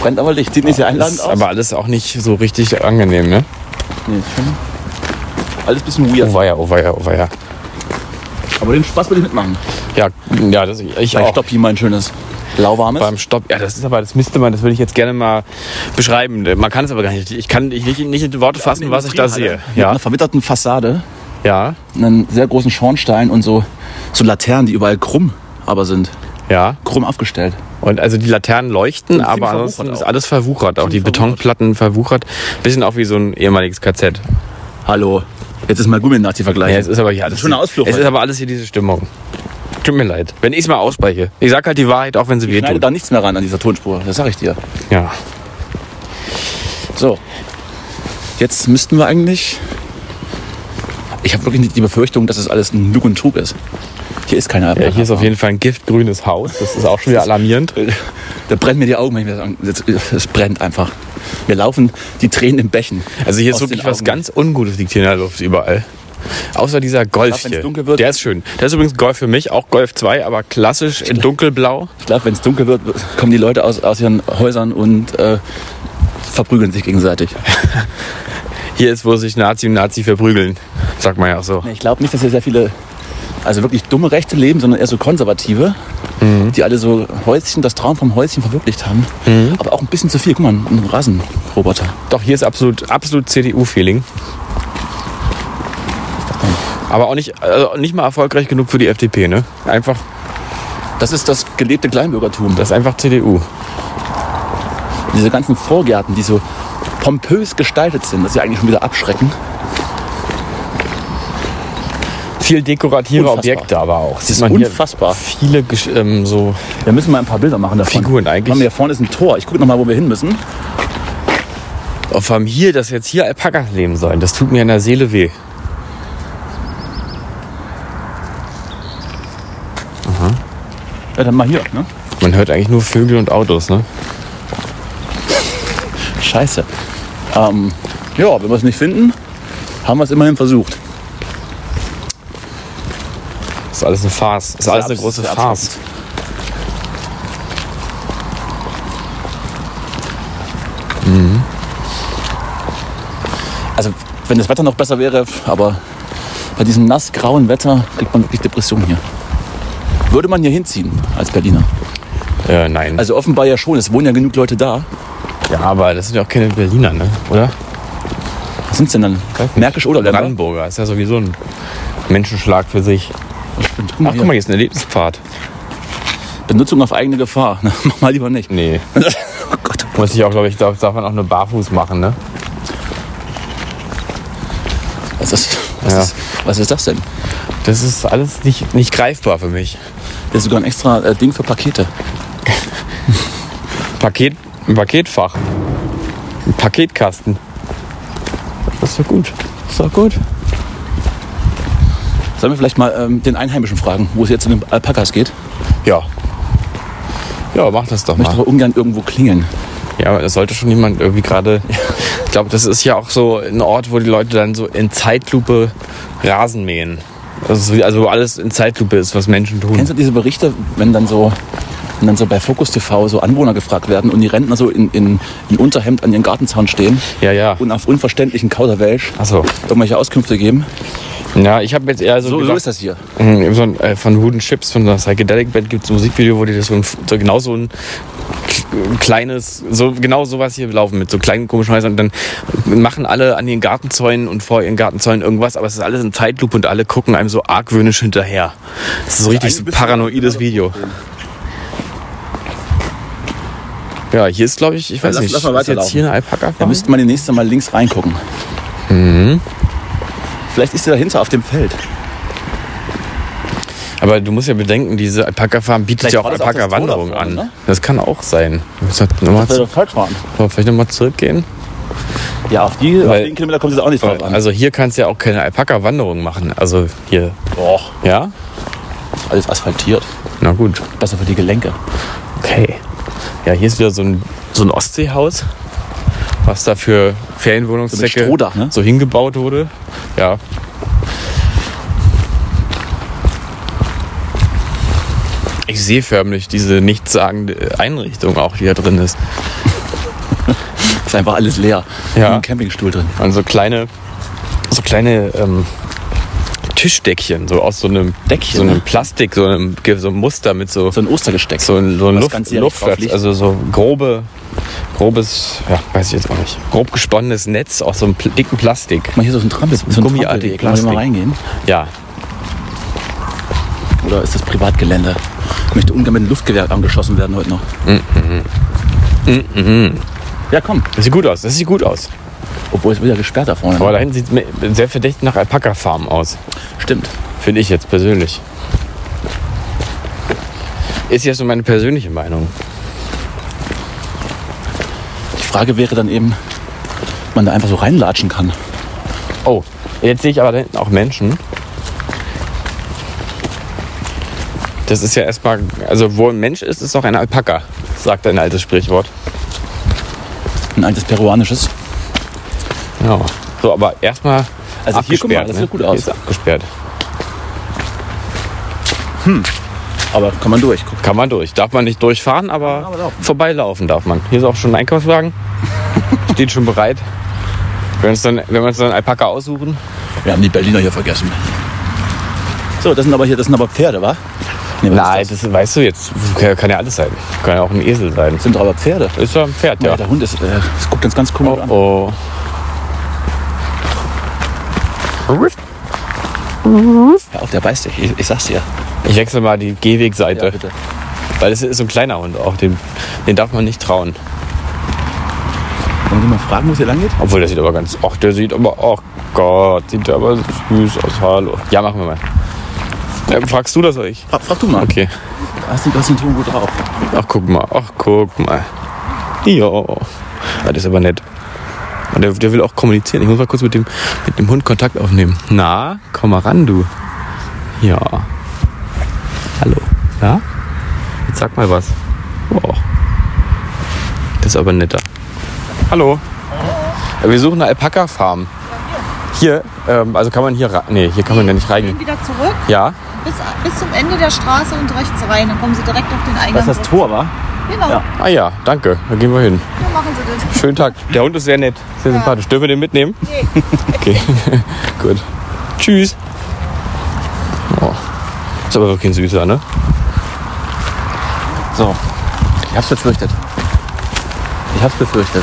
Speaker 1: Brennt aber Licht. Sieht nicht sehr
Speaker 2: Das
Speaker 1: einladend
Speaker 2: ist
Speaker 1: aus.
Speaker 2: aber alles auch nicht so richtig angenehm, ne?
Speaker 1: nee, ist schon alles bisschen
Speaker 2: Oh
Speaker 1: weird.
Speaker 2: weia, oh weia, oh weia.
Speaker 1: Aber den Spaß will ich mitmachen.
Speaker 2: Ja, ja, das, ich
Speaker 1: Bei
Speaker 2: auch.
Speaker 1: Stoppi mein schönes lauwarmes.
Speaker 2: Beim Stopp. Ja, das ist aber, das müsste man, das würde ich jetzt gerne mal beschreiben. Man kann es aber gar nicht. Ich kann ich nicht, nicht in Worte fassen, was ich da sehe.
Speaker 1: Mit einer verwitterten Fassade,
Speaker 2: ja,
Speaker 1: einen sehr großen Schornstein und so, so Laternen, die überall krumm aber sind.
Speaker 2: ja.
Speaker 1: Krumm aufgestellt.
Speaker 2: Und also die Laternen leuchten, aber
Speaker 1: verwuchert
Speaker 2: ansonsten
Speaker 1: auch.
Speaker 2: ist alles verwuchert. Auch die Betonplatten verwuchert. Bisschen auch wie so ein ehemaliges KZ.
Speaker 1: Hallo. Jetzt ist mal Gumminazi-Vergleich.
Speaker 2: Ja, es ist aber hier alles.
Speaker 1: Schöner Ausflug
Speaker 2: Es
Speaker 1: heute.
Speaker 2: ist aber alles hier diese Stimmung. Tut mir leid, wenn ich es mal ausspreche. Ich sag halt die Wahrheit, auch wenn sie weh
Speaker 1: Ich schneide
Speaker 2: tut.
Speaker 1: da nichts mehr ran an dieser Tonspur, das sag ich dir.
Speaker 2: Ja.
Speaker 1: So. Jetzt müssten wir eigentlich. Ich habe wirklich die Befürchtung, dass es das alles ein Lug und Trug ist. Hier ist keiner.
Speaker 2: Ja, hier ist auf jeden Fall ein giftgrünes Haus. Das ist auch schon wieder alarmierend.
Speaker 1: Äh, Da brennen mir die Augen, wenn ich mir das an. das- Es brennt einfach. Mir laufen die Tränen im Bächen.
Speaker 2: Also hier ist
Speaker 1: aus den
Speaker 2: wirklich was
Speaker 1: Augen.
Speaker 2: ganz Ungutes liegt hier in der Luft überall. Außer dieser Golf
Speaker 1: Darf, wenn's
Speaker 2: hier.
Speaker 1: dunkel wird?
Speaker 2: Der ist schön. Der ist übrigens Golf für mich, auch Golf 2, aber klassisch in dunkelblau.
Speaker 1: Ich glaube, wenn es dunkel wird, kommen die Leute aus, aus ihren Häusern und äh, verprügeln sich gegenseitig.
Speaker 2: Hier ist, wo sich Nazi und Nazi verprügeln. Sagt man ja auch so.
Speaker 1: Ich glaube nicht, dass hier sehr viele, also wirklich dumme Rechte leben, sondern eher so Konservative, die alle so Häuschen, das Traum vom Häuschen verwirklicht haben. Aber auch ein bisschen zu viel. Guck mal, ein Rasenroboter.
Speaker 2: Doch, hier ist absolut, absolut CDU-Feeling. Aber auch nicht, also nicht mal erfolgreich genug für die FDP, ne? Einfach,
Speaker 1: Das ist das gelebte Kleinbürgertum.
Speaker 2: das ist einfach CDU.
Speaker 1: diese ganzen Vorgärten, die so pompös gestaltet sind, das ist ja eigentlich schon wieder abschrecken.
Speaker 2: Viel dekorative
Speaker 1: Unfassbar.
Speaker 2: Objekte aber auch.
Speaker 1: Das ist
Speaker 2: Sieht man hier
Speaker 1: unfassbar.
Speaker 2: Viele Gesch- ähm, so
Speaker 1: Da müssen wir ein paar Bilder machen davon.
Speaker 2: Figuren eigentlich.
Speaker 1: Guck mal, hier vorne ist ein Tor. Ich gucke nochmal, wo wir hin müssen.
Speaker 2: Auf allem hier, dass jetzt hier Alpakas leben sollen, das tut mir in der Seele weh.
Speaker 1: Ja, dann mal hier. Ne?
Speaker 2: Man hört eigentlich nur Vögel und Autos, ne?
Speaker 1: Scheiße. Ähm, ja, wenn wir es nicht finden, haben wir es immerhin versucht.
Speaker 2: Ist alles eine Farce. Ist alles eine
Speaker 1: Abs-
Speaker 2: große
Speaker 1: der
Speaker 2: Farce.
Speaker 1: Also, wenn das Wetter noch besser wäre, aber bei diesem nass-grauen Wetter kriegt man wirklich Depression hier. Würde man hier hinziehen als Berliner?
Speaker 2: Äh, nein.
Speaker 1: Also offenbar ja schon, es wohnen ja genug Leute da.
Speaker 2: ja, aber das sind ja auch keine Berliner, ne? Oder?
Speaker 1: Was sind's denn dann? Märkisch oder Länder?
Speaker 2: Brandenburger ist ja sowieso ein Menschenschlag für sich.
Speaker 1: Guck mal
Speaker 2: Ach, guck mal,
Speaker 1: hier.
Speaker 2: hier ist ein Erlebnispfad.
Speaker 1: Benutzung auf eigene Gefahr. Na, Mach mal lieber nicht.
Speaker 2: Nee.
Speaker 1: oh Gott.
Speaker 2: Muss ich auch, glaube ich, darf, darf man auch nur barfuß machen, ne?
Speaker 1: Was ist, was,
Speaker 2: Ja.
Speaker 1: ist, was ist das denn?
Speaker 2: Das ist alles nicht, nicht greifbar für mich.
Speaker 1: Das ist sogar ein extra äh, Ding für Pakete.
Speaker 2: Paket, ein Paketfach. Ein Paketkasten. Das ist doch gut. Das ist doch gut.
Speaker 1: Sollen wir vielleicht mal ähm, den Einheimischen fragen, wo es jetzt zu den Alpakas geht?
Speaker 2: Ja. Ja, Hm. mach das doch
Speaker 1: Möchte
Speaker 2: mal.
Speaker 1: aber ungern irgendwo klingeln.
Speaker 2: Ja, aber das sollte schon jemand irgendwie gerade. Ich glaube, das ist ja auch so ein Ort, wo die Leute dann so in Zeitlupe Rasen mähen. Also, so- also alles in Zeitlupe ist, was Menschen tun.
Speaker 1: Kennst du diese Berichte, wenn dann so, wenn dann so bei Focus TV so Anwohner gefragt werden und die Rentner so in, in, in Unterhemd an ihren Gartenzaun stehen
Speaker 2: Ja, ja.
Speaker 1: und auf unverständlichen Kauderwelsch
Speaker 2: Ach so.
Speaker 1: irgendwelche Auskünfte geben?
Speaker 2: Ja, ich habe jetzt eher so. gesagt-
Speaker 1: das hier.
Speaker 2: Mhm, So ein, äh, von Wooden Chips, von der Psychedelic Band gibt es ein Musikvideo, wo die das so, ein, so genau so ein k- kleines, so genau sowas hier laufen mit so kleinen komischen Häusern. Und dann machen alle an den Gartenzäunen und vor ihren Gartenzäunen irgendwas, aber es ist alles in Zeitlupe und alle gucken einem so argwöhnisch hinterher. Das ist so richtig so ein paranoides Video. Ja, hier ist, glaube ich, ich weiß
Speaker 1: Lass-
Speaker 2: nicht,
Speaker 1: lass mal
Speaker 2: ist jetzt
Speaker 1: weiterlaufen.
Speaker 2: hier eine Alpaka?
Speaker 1: Da müsste man den nächsten Mal links reingucken.
Speaker 2: Mhm.
Speaker 1: Vielleicht ist er dahinter auf dem Feld.
Speaker 2: Aber du musst ja bedenken, diese Alpaka-Farm bietet
Speaker 1: Vielleicht
Speaker 2: ja auch
Speaker 1: war das auch das Tor
Speaker 2: Alpaka-Wanderung
Speaker 1: da
Speaker 2: an.
Speaker 1: vorne, ne?
Speaker 2: Das kann auch sein. Wir müssen halt nochmal zu-
Speaker 1: falsch fahren.
Speaker 2: Wollen wir vielleicht nochmal zurückgehen?
Speaker 1: Ja, auf, die, auf
Speaker 2: Weil-
Speaker 1: den Kilometer kommt es jetzt auch nicht drauf an.
Speaker 2: Also hier kannst du ja auch keine Alpaka-Wanderung machen. Also hier,
Speaker 1: Boah,
Speaker 2: ja?
Speaker 1: alles asphaltiert.
Speaker 2: Na gut.
Speaker 1: Besser für die Gelenke.
Speaker 2: Okay. Ja, hier ist wieder so ein, so ein Ostseehaus, was da für Ferienwohnungszwecke
Speaker 1: So mit Strohdach, ne?
Speaker 2: so hingebaut wurde. Ja. Ich sehe förmlich diese nichtssagende Einrichtung auch, die da drin ist.
Speaker 1: Ist einfach alles leer.
Speaker 2: Ja.
Speaker 1: Nur ein Campingstuhl drin.
Speaker 2: Und so kleine, so kleine ähm, Tischdeckchen, so aus so einem
Speaker 1: Deckchen,
Speaker 2: so einem
Speaker 1: ne?
Speaker 2: Plastik, so einem, so einem Muster mit so,
Speaker 1: So ein Ostergesteck.
Speaker 2: so ein, so ein
Speaker 1: was
Speaker 2: Luft,
Speaker 1: ganzjährig drauf
Speaker 2: Luftwert,
Speaker 1: liegt.
Speaker 2: also so grobe, grobes, ja, weiß ich jetzt auch nicht, grob gesponnenes Netz aus so einem pl dicken Plastik.
Speaker 1: Mal hier so ein Trampel, so ein
Speaker 2: gummiartig,
Speaker 1: Trampelweg. Wollen wir mal
Speaker 2: Plastik.
Speaker 1: reingehen?
Speaker 2: Ja,
Speaker 1: Oder ist das Privatgelände? Ich möchte ungern mit einem Luftgewehr angeschossen werden heute noch. Ja, komm.
Speaker 2: das sieht gut aus, das sieht gut aus.
Speaker 1: Obwohl es wieder gesperrt da vorne.
Speaker 2: Aber da hinten sieht es sehr verdächtig nach Alpaka-Farm aus,
Speaker 1: Stimmt.
Speaker 2: finde ich jetzt persönlich. Ist jetzt so meine persönliche Meinung.
Speaker 1: Die Frage wäre dann eben, man da einfach so reinlatschen kann.
Speaker 2: Oh, jetzt sehe ich aber da hinten auch Menschen. Das ist ja erstmal, also wo ein Mensch ist, ist auch ein Alpaka, sagt ein altes Sprichwort.
Speaker 1: Ein altes peruanisches.
Speaker 2: Ja. So, aber erstmal
Speaker 1: Also hier, guck mal,
Speaker 2: abgesperrt.
Speaker 1: das
Speaker 2: ne?
Speaker 1: sieht gut aus.
Speaker 2: Hier ist abgesperrt.
Speaker 1: Aber kann man durch. Guck.
Speaker 2: Kann man durch. Darf man nicht durchfahren, aber,
Speaker 1: aber laufen.
Speaker 2: vorbeilaufen darf man. Hier ist auch schon ein Einkaufswagen. Steht schon bereit. Wenn, uns dann, wenn wir uns dann einen Alpaka aussuchen.
Speaker 1: Wir haben die Berliner hier vergessen. So, das sind aber hier, das sind aber Pferde, wa? Nee, was
Speaker 2: Nein,
Speaker 1: ist das?
Speaker 2: das weißt du jetzt. Kann, kann ja alles sein. Kann ja auch ein Esel sein.
Speaker 1: das sind doch aber Pferde.
Speaker 2: Ist ja ein Pferd,
Speaker 1: Ja.
Speaker 2: ja.
Speaker 1: der Hund ist, äh, das guckt uns ganz komisch an.
Speaker 2: Oh.
Speaker 1: Hör auf, der beißt dich. Ich, ich sag's dir.
Speaker 2: Ich wechsle mal die Gehwegseite.
Speaker 1: Ja, bitte.
Speaker 2: Weil es ist so ein kleiner Hund auch. Den, den darf man nicht trauen.
Speaker 1: Wenn man die mal fragen, wo es hier lang geht?
Speaker 2: Obwohl, der sieht aber ganz. Ach, der sieht aber. Ach Gott, sieht der aber süß aus. Hallo. Ja, machen wir mal. Ja, fragst du das oder ich?
Speaker 1: Frag, frag du mal.
Speaker 2: Okay.
Speaker 1: Hast du hast den Ton gut drauf?
Speaker 2: Ach, guck mal. Ach, guck mal. Jo. Ah, das ist aber nett. Und der, der will auch kommunizieren. Ich muss mal kurz mit dem, mit dem Hund Kontakt aufnehmen. Na, komm mal ran, du. Ja. Hallo. Ja? Jetzt sag mal was. Wow. Das ist aber netter. Hallo. Wir suchen eine Alpaka-Farm. Hier, ähm, also kann man hier rein. Nee, hier kann man ja nicht rein.
Speaker 7: Wieder zurück
Speaker 2: Ja?
Speaker 7: bis, bis zum Ende der Straße und rechts rein. Dann kommen Sie direkt auf den Eingang.
Speaker 1: Das ist das
Speaker 7: zurück.
Speaker 1: Tor, wa?
Speaker 7: Genau,
Speaker 1: ja.
Speaker 2: Ah ja, danke. Da gehen wir hin.
Speaker 7: dann machen Sie das.
Speaker 2: Schönen Tag. Der Hund ist sehr nett, sehr sympathisch. Dürfen wir den mitnehmen?
Speaker 7: Nee.
Speaker 2: Okay, gut. Tschüss. Oh. Ist aber wirklich ein süßer, ne?
Speaker 1: So. Ich hab's befürchtet. Ich hab's befürchtet.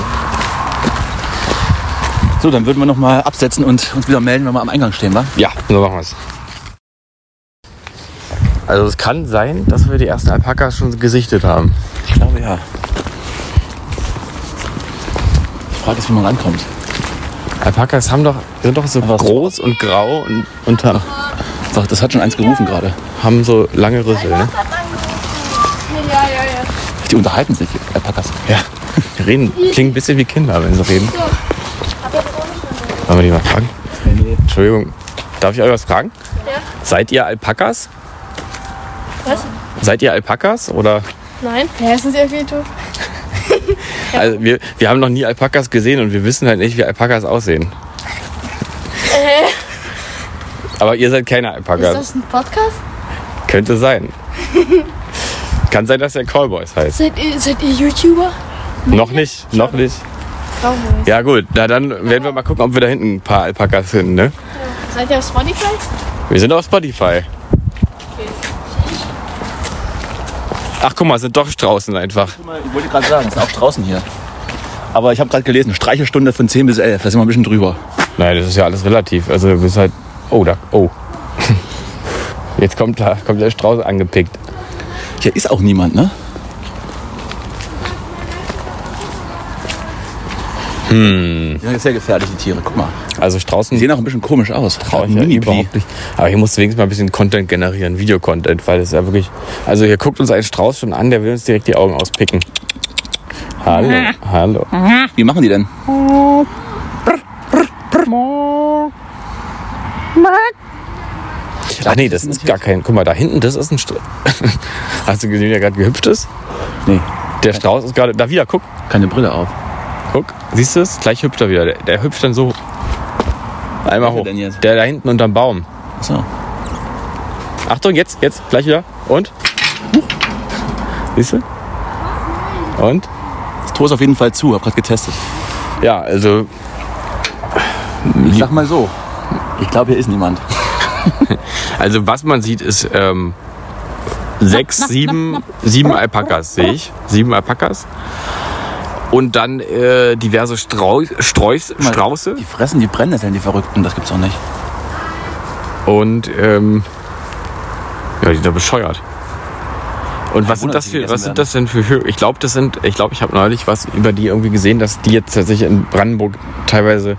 Speaker 1: So, dann würden wir nochmal absetzen und uns wieder melden, wenn wir am Eingang stehen, wa?
Speaker 2: Ja, so machen wir es. Also es kann sein, dass wir die ersten Alpakas schon gesichtet haben.
Speaker 1: Ich glaube ja. Ich frage jetzt, wie man rankommt.
Speaker 2: Alpakas haben doch, sind doch so
Speaker 1: Was?
Speaker 2: groß und grau und, und haben-
Speaker 1: Doch, Das hat schon eins gerufen gerade.
Speaker 2: haben so lange Rüssel. Ne?
Speaker 3: Ja, ja, ja.
Speaker 1: Die unterhalten sich, Alpakas.
Speaker 2: Ja, die reden, klingen ein bisschen wie Kinder, wenn sie reden. Wollen wir die mal fragen? Entschuldigung, darf ich euch was fragen?
Speaker 8: Ja.
Speaker 2: Seid ihr Alpakas?
Speaker 8: Was?
Speaker 2: Seid ihr Alpakas oder?
Speaker 8: Nein. Ja, ist das irgendwie doof?
Speaker 2: Also wir, wir haben noch nie Alpakas gesehen und wir wissen halt nicht, wie Alpakas aussehen. Aber ihr seid keine
Speaker 8: Äh. Ist
Speaker 2: Alpakas.
Speaker 8: das ein Podcast?
Speaker 2: Könnte sein. Kann sein, dass ihr Callboys heißt.
Speaker 8: Seid ihr, seid ihr YouTuber?
Speaker 2: Noch nicht, noch nicht.
Speaker 8: Cowboys.
Speaker 2: Ja gut, na dann werden wir mal gucken, ob wir da hinten ein paar Alpakas finden, ne?
Speaker 8: Seid ihr auf Spotify?
Speaker 2: Wir sind auf Spotify. Ach guck mal, es sind doch Straußen einfach.
Speaker 1: Ich wollte gerade sagen, es ist auch draußen hier. Aber ich habe gerade gelesen, Streichelstunde von 10 bis 11. Da sind wir ein bisschen drüber.
Speaker 2: Nein, das ist ja alles relativ. Also du bist halt. Oh, da. Oh. Jetzt kommt da, kommt der Strauß angepickt.
Speaker 1: Hier ist auch niemand, ne? Hm. Ja, sehr gefährliche Tiere. Guck mal.
Speaker 2: Also Straußen
Speaker 1: Die sehen auch ein bisschen komisch aus.
Speaker 2: brauche ich ja
Speaker 1: Mini-Pli.
Speaker 2: überhaupt nicht. Aber hier muss wenigstens mal ein bisschen Content generieren, Videocontent, weil es ja wirklich. Also hier guckt uns ein Strauß schon an, der will uns direkt die Augen auspicken. Hallo, hallo.
Speaker 1: Wie machen die denn?
Speaker 2: Ach nee, das ist gar kein. Guck mal, da hinten, das ist ein Strauß. Hast du gesehen, wie der gerade gehüpft ist?
Speaker 1: Nee,
Speaker 2: Der Strauß ist gerade. Da wieder, guck.
Speaker 1: keine Brille auf.
Speaker 2: Guck, siehst du es? Gleich hüpft er wieder. Der, der hüpft dann so. Einmal
Speaker 1: Wer
Speaker 2: hoch.
Speaker 1: denn jetzt?
Speaker 2: Der da hinten unterm Baum.
Speaker 1: So.
Speaker 2: Achtung, jetzt, jetzt, gleich wieder. Und? Huch. Siehst du? Und?
Speaker 1: Das Tor ist auf jeden Fall zu. Hab gerade getestet.
Speaker 2: Ja, also
Speaker 1: Ich sag mal so. Ich glaube, hier ist niemand.
Speaker 2: Also was man sieht, ist ähm, sechs, sieben, sieben Alpakas, sehe ich. Sieben Alpakas. Und dann äh, diverse Strau Strauß,
Speaker 1: mal,
Speaker 2: Strauße.
Speaker 1: Die fressen die Brennnesseln, die Verrückten. Das gibt's auch nicht.
Speaker 2: Und ähm, ja, die sind da bescheuert. Und was sind
Speaker 1: Wunder,
Speaker 2: das
Speaker 1: dass die
Speaker 2: für, was
Speaker 1: gegessen
Speaker 2: sind das denn für Höhe? Ich glaube, das sind, ich glaube, ich habe neulich was über die irgendwie gesehen, dass die jetzt tatsächlich in Brandenburg teilweise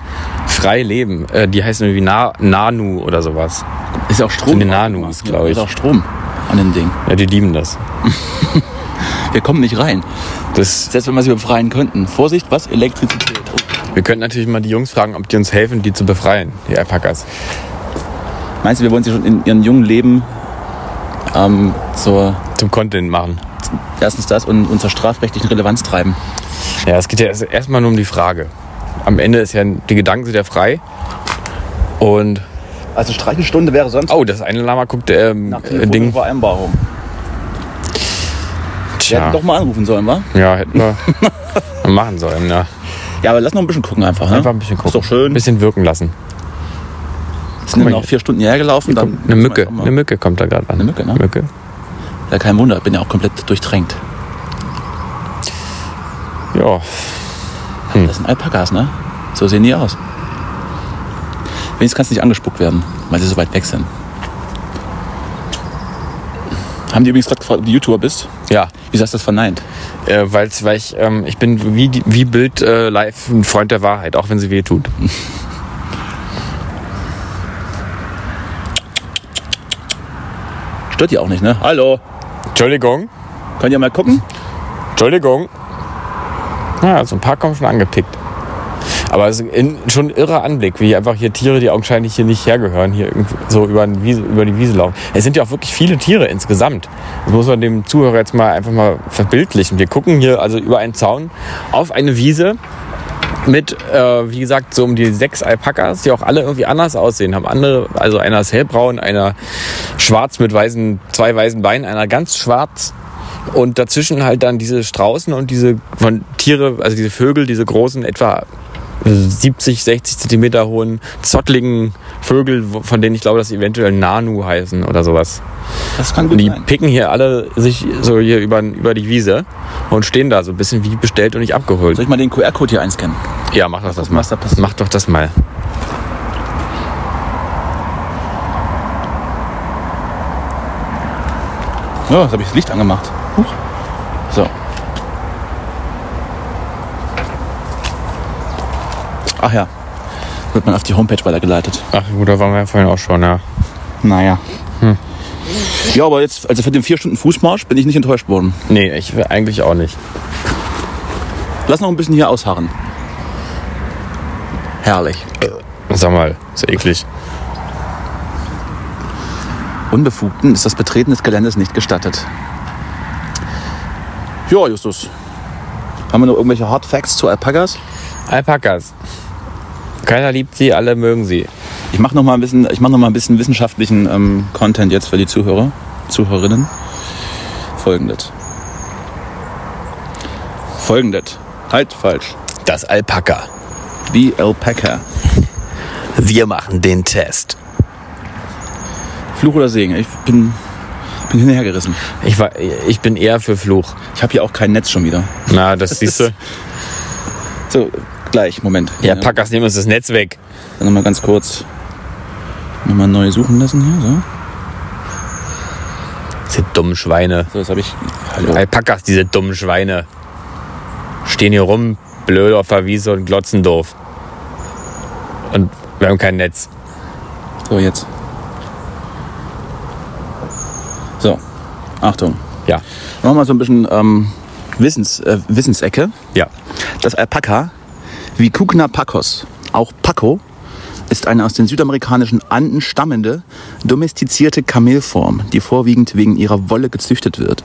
Speaker 2: frei leben. Äh, die heißen irgendwie Na Nanu oder sowas.
Speaker 1: Ist ja auch Strom.
Speaker 2: Sind die Nanus, glaub ich.
Speaker 1: Ist auch Strom an dem Ding.
Speaker 2: Ja, die lieben das.
Speaker 1: Wir kommen nicht rein.
Speaker 2: Das
Speaker 1: Selbst wenn wir sie befreien könnten. Vorsicht, was? Elektrizität. Oh,
Speaker 2: Wir könnten natürlich mal die Jungs fragen, ob die uns helfen, die zu befreien, die Alpakas.
Speaker 1: Meinst du, wir wollen sie schon in ihrem jungen Leben ähm, zur,
Speaker 2: Zum Content machen.
Speaker 1: erstens das und unserer strafrechtlichen Relevanz treiben?
Speaker 2: Ja, es geht ja erst- erstmal nur um die Frage. Am Ende ist ja, die Gedanken sind ja frei. Und,
Speaker 1: Also Streikenstunde wäre sonst
Speaker 2: oh, das eine Lama guckt, ähm,
Speaker 1: nach
Speaker 2: äh, Ding.
Speaker 1: Vereinbarung. Wir
Speaker 2: Tja.
Speaker 1: hätten doch mal anrufen sollen, wa?
Speaker 2: Ja, hätten wir machen sollen, ja.
Speaker 1: Ja, aber lass noch ein bisschen gucken einfach. Ne?
Speaker 2: Einfach ein bisschen gucken.
Speaker 1: Ist doch schön.
Speaker 2: Ein bisschen wirken lassen.
Speaker 1: sind
Speaker 2: guck
Speaker 1: dann
Speaker 2: mal
Speaker 1: auch vier Stunden hierher gelaufen. Dann
Speaker 2: Eine Mücke,
Speaker 1: Mal-
Speaker 2: eine Mücke kommt da gerade an.
Speaker 1: Eine Mücke, ne?
Speaker 2: Mücke.
Speaker 1: Ja, kein Wunder, bin ja auch komplett durchtränkt.
Speaker 2: Ja,
Speaker 1: Das sind Alpakas, ne? So sehen die aus. Wenigstens kannst du nicht angespuckt werden, weil sie so weit weg sind. Haben die übrigens gerade gefragt, ob du YouTuber bist?
Speaker 2: ja.
Speaker 1: Wieso hast du das verneint?
Speaker 2: Äh, weil's, weil ich, ähm, ich bin wie, die- wie Bild äh, live ein Freund der Wahrheit, auch wenn sie weh tut.
Speaker 1: Stört die auch nicht, ne? Hallo,
Speaker 2: Entschuldigung,
Speaker 1: könnt ihr mal gucken?
Speaker 2: Entschuldigung. Ja, so ein paar kommen schon angepickt. Aber es ist in, schon ein irrer Anblick, wie einfach hier Tiere, die augenscheinlich hier nicht hergehören, hier irgendwo so über, den Wiese, über die Wiese laufen. Es sind ja auch wirklich viele Tiere insgesamt. Das muss man dem Zuhörer jetzt mal einfach mal verbildlichen. Wir gucken hier also über einen Zaun auf eine Wiese mit, äh, wie gesagt, so um die sechs Alpakas, die auch alle irgendwie anders aussehen. Haben andere, also einer ist hellbraun, einer schwarz mit weißen, zwei weißen Beinen, einer ganz schwarz. Und dazwischen halt dann diese Straußen und diese von Tiere, also diese Vögel, diese großen, etwa 70, 60 Zentimeter hohen, zottligen Vögel, wo- von denen ich glaube, dass sie eventuell Nanu heißen oder sowas.
Speaker 1: Das kann
Speaker 2: Und
Speaker 1: gut
Speaker 2: die
Speaker 1: sein.
Speaker 2: picken hier alle sich so hier über, über die Wiese und stehen da so ein bisschen wie bestellt und nicht abgeholt.
Speaker 1: Soll ich mal den QR-Code hier einscannen?
Speaker 2: Ja, mach doch das
Speaker 1: mal.
Speaker 2: mal. Mach doch das mal.
Speaker 1: Ja, jetzt habe ich das Licht angemacht. Huch. So. Ach ja, wird man auf die Homepage weitergeleitet.
Speaker 2: Ach gut, da waren wir ja vorhin auch schon, ja.
Speaker 1: Naja. Hm. Ja, aber jetzt, also für den vier Stunden Fußmarsch bin ich nicht enttäuscht worden.
Speaker 2: Nee, ich will eigentlich auch nicht.
Speaker 1: Lass noch ein bisschen hier ausharren. Herrlich.
Speaker 2: Sag mal, ist ja eklig.
Speaker 1: Unbefugten ist das Betreten des Geländes nicht gestattet. Ja, Justus. Haben wir noch irgendwelche Hard Facts zu Alpakas?
Speaker 2: Alpakas. Keiner liebt sie, alle mögen sie.
Speaker 1: Ich mache noch mal ein bisschen, ich mach noch mal ein bisschen wissenschaftlichen ähm, Content jetzt für die Zuhörer, Zuhörerinnen. Folgendes. Folgendes. Halt falsch.
Speaker 2: Das Alpaka.
Speaker 1: The Alpaca.
Speaker 2: Wir machen den Test.
Speaker 1: Fluch oder Segen? Ich bin, bin hinhergerissen.
Speaker 2: Ich, war, ich bin eher für Fluch.
Speaker 1: Ich habe hier auch kein Netz schon wieder.
Speaker 2: Na, das siehst du.
Speaker 1: So, gleich, Moment.
Speaker 2: Die Alpakas nehmen uns das Netz weg.
Speaker 1: Dann nochmal ganz kurz. Nochmal neu suchen lassen hier. So,
Speaker 2: Diese dummen Schweine.
Speaker 1: so jetzt habe ich. Hallo.
Speaker 2: Alpakas, diese dummen Schweine. Stehen hier rum, blöd auf der Wiese und glotzen doof. Und wir haben kein Netz.
Speaker 1: So, jetzt. So, Achtung.
Speaker 2: Ja.
Speaker 1: Nochmal so ein bisschen ähm, Wissens, äh, Wissensecke.
Speaker 2: Ja.
Speaker 1: Das Alpaka, wie Kukna Pacos, auch Paco, ist eine aus den südamerikanischen Anden stammende, domestizierte Kamelform, die vorwiegend wegen ihrer Wolle gezüchtet wird.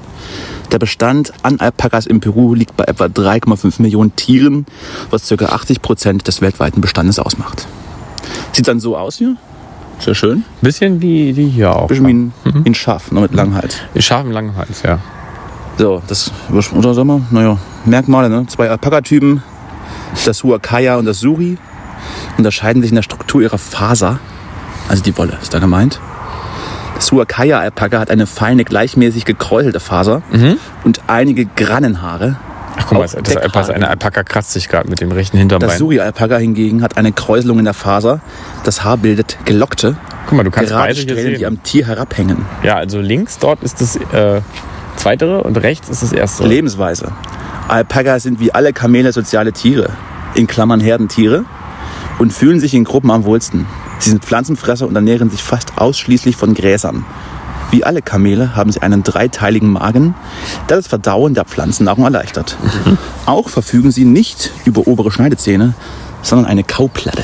Speaker 1: Der Bestand an Alpakas in Peru liegt bei etwa 3,5 Millionen Tieren, was ca. 80 Prozent des weltweiten Bestandes ausmacht. Sieht dann so aus hier. Sehr schön.
Speaker 2: Bisschen wie die hier auch.
Speaker 1: Bisschen wie ein, wie ein Schaf, nur mit langem Hals.
Speaker 2: Ich scharfen langen Hals, ja.
Speaker 1: So, das oder Sommer. Naja, Merkmale, ne? Zwei Alpaka-Typen, das Huacaya und das Suri, unterscheiden sich in der Struktur ihrer Faser. Also die Wolle ist da gemeint. Das Huacaya-Alpaka hat eine feine, gleichmäßig gekräuselte Faser
Speaker 2: Mhm.
Speaker 1: und einige Grannenhaare.
Speaker 2: Ach guck
Speaker 1: Auf
Speaker 2: mal, das, das
Speaker 1: Deckhaken.
Speaker 2: Alpaka, eine Alpaka kratzt sich gerade mit dem rechten Hinterbein.
Speaker 1: Das Suri-Alpaka hingegen hat eine Kräuselung in der Faser. Das Haar bildet gelockte,
Speaker 2: guck mal, du kannst
Speaker 1: gerade
Speaker 2: beide hier
Speaker 1: Strähnen, die
Speaker 2: sehen.
Speaker 1: am Tier herabhängen.
Speaker 2: Ja, also links dort ist das äh, zweitere und rechts ist das erste.
Speaker 1: Lebensweise. Alpakas sind wie alle Kamele soziale Tiere, in Klammern Herdentiere, und fühlen sich in Gruppen am wohlsten. Sie sind Pflanzenfresser und ernähren sich fast ausschließlich von Gräsern. Wie alle Kamele haben sie einen dreiteiligen Magen, der das Verdauen der Pflanzennahrung erleichtert. Auch verfügen sie nicht über obere Schneidezähne, sondern eine Kauplatte.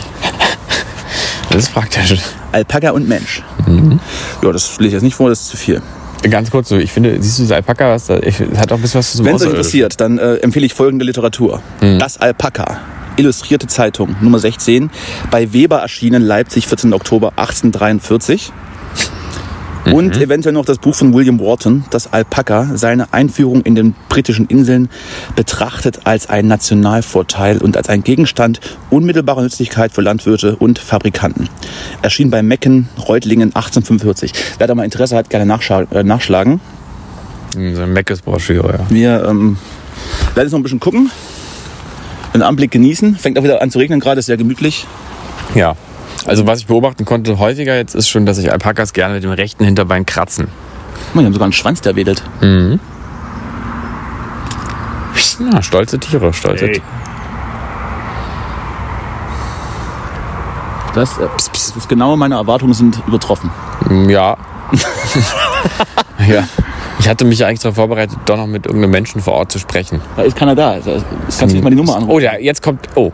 Speaker 2: Das ist praktisch.
Speaker 1: Alpaka und Mensch. Ja, das lese ich jetzt nicht vor, das ist zu viel.
Speaker 2: Ganz kurz so, ich finde, siehst du diese Alpaka, was da, ich, hat auch ein bisschen was zu Also,
Speaker 1: Wenn es euch
Speaker 2: Außerirdischen.
Speaker 1: interessiert, dann äh, empfehle ich folgende Literatur. Das Alpaka. Illustrierte Zeitung, Nummer 16. Bei Weber erschienen, Leipzig, 14. Oktober 1843. Und eventuell noch das Buch von William Wharton, das Alpaka, seine Einführung in den britischen Inseln, betrachtet als ein Nationalvorteil und als ein Gegenstand unmittelbarer Nützlichkeit für Landwirte und Fabrikanten. Erschien bei Mecken, Reutlingen 1845. Wer da mal Interesse hat, gerne nachscha- äh, nachschlagen.
Speaker 2: hm, So ein Meckes-Broschüre, ja.
Speaker 1: Wir ähm, werden jetzt noch ein bisschen gucken, den Anblick genießen. Fängt auch wieder an zu regnen gerade, ist sehr gemütlich.
Speaker 2: Ja. Also was ich beobachten konnte häufiger jetzt ist schon, dass sich Alpakas gerne mit dem rechten Hinterbein kratzen.
Speaker 1: Guck mal, Oh, die haben sogar einen Schwanz, der wedelt.
Speaker 2: Na, stolze Tiere, stolze
Speaker 4: Hey.
Speaker 2: Tiere.
Speaker 1: Das, äh, das ist genau meine Erwartungen sind übertroffen.
Speaker 2: Mm, Ja. ja. Ich hatte mich ja eigentlich darauf vorbereitet, doch noch mit irgendeinem Menschen vor Ort zu sprechen.
Speaker 1: Da ist keiner da. Also, jetzt kannst du nicht mal die Nummer anrufen.
Speaker 2: Oh ja, jetzt kommt. Oh.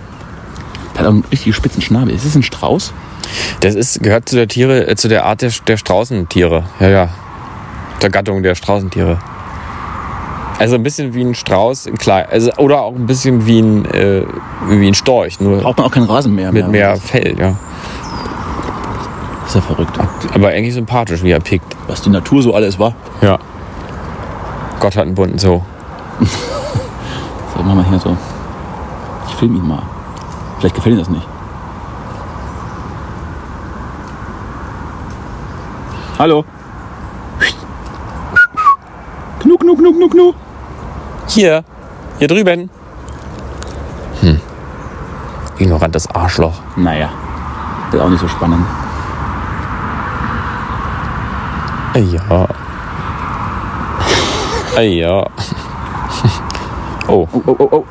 Speaker 1: Der hat auch einen richtig spitzen Schnabel. Ist das ein Strauß?
Speaker 2: Das ist, gehört zu der Tiere, äh, zu der Art der, der Straußentiere. Ja, ja. Zur Gattung der Straußentiere. Also ein bisschen wie ein Strauß, in klein, also, oder auch ein bisschen wie ein, äh, wie ein Storch, nur
Speaker 1: Braucht man auch keinen Rasen mehr.
Speaker 2: mit mehr Fell, ja.
Speaker 1: Ist ja verrückt.
Speaker 2: Aber eigentlich sympathisch, wie er pickt.
Speaker 1: Was die Natur so alles war.
Speaker 2: Ja. Gott hat einen bunten Zoo.
Speaker 1: So, machen wir hier so. Ich filme ihn mal. Vielleicht gefällt ihm das nicht. Hallo. Knu, knu, knu, knu, knu.
Speaker 2: Hier, hier drüben. Hm. Ignorantes Arschloch.
Speaker 1: Naja, ist auch nicht so spannend.
Speaker 2: Ey, Ja. Ey, Ja. Oh.
Speaker 1: Oh, oh, oh, oh.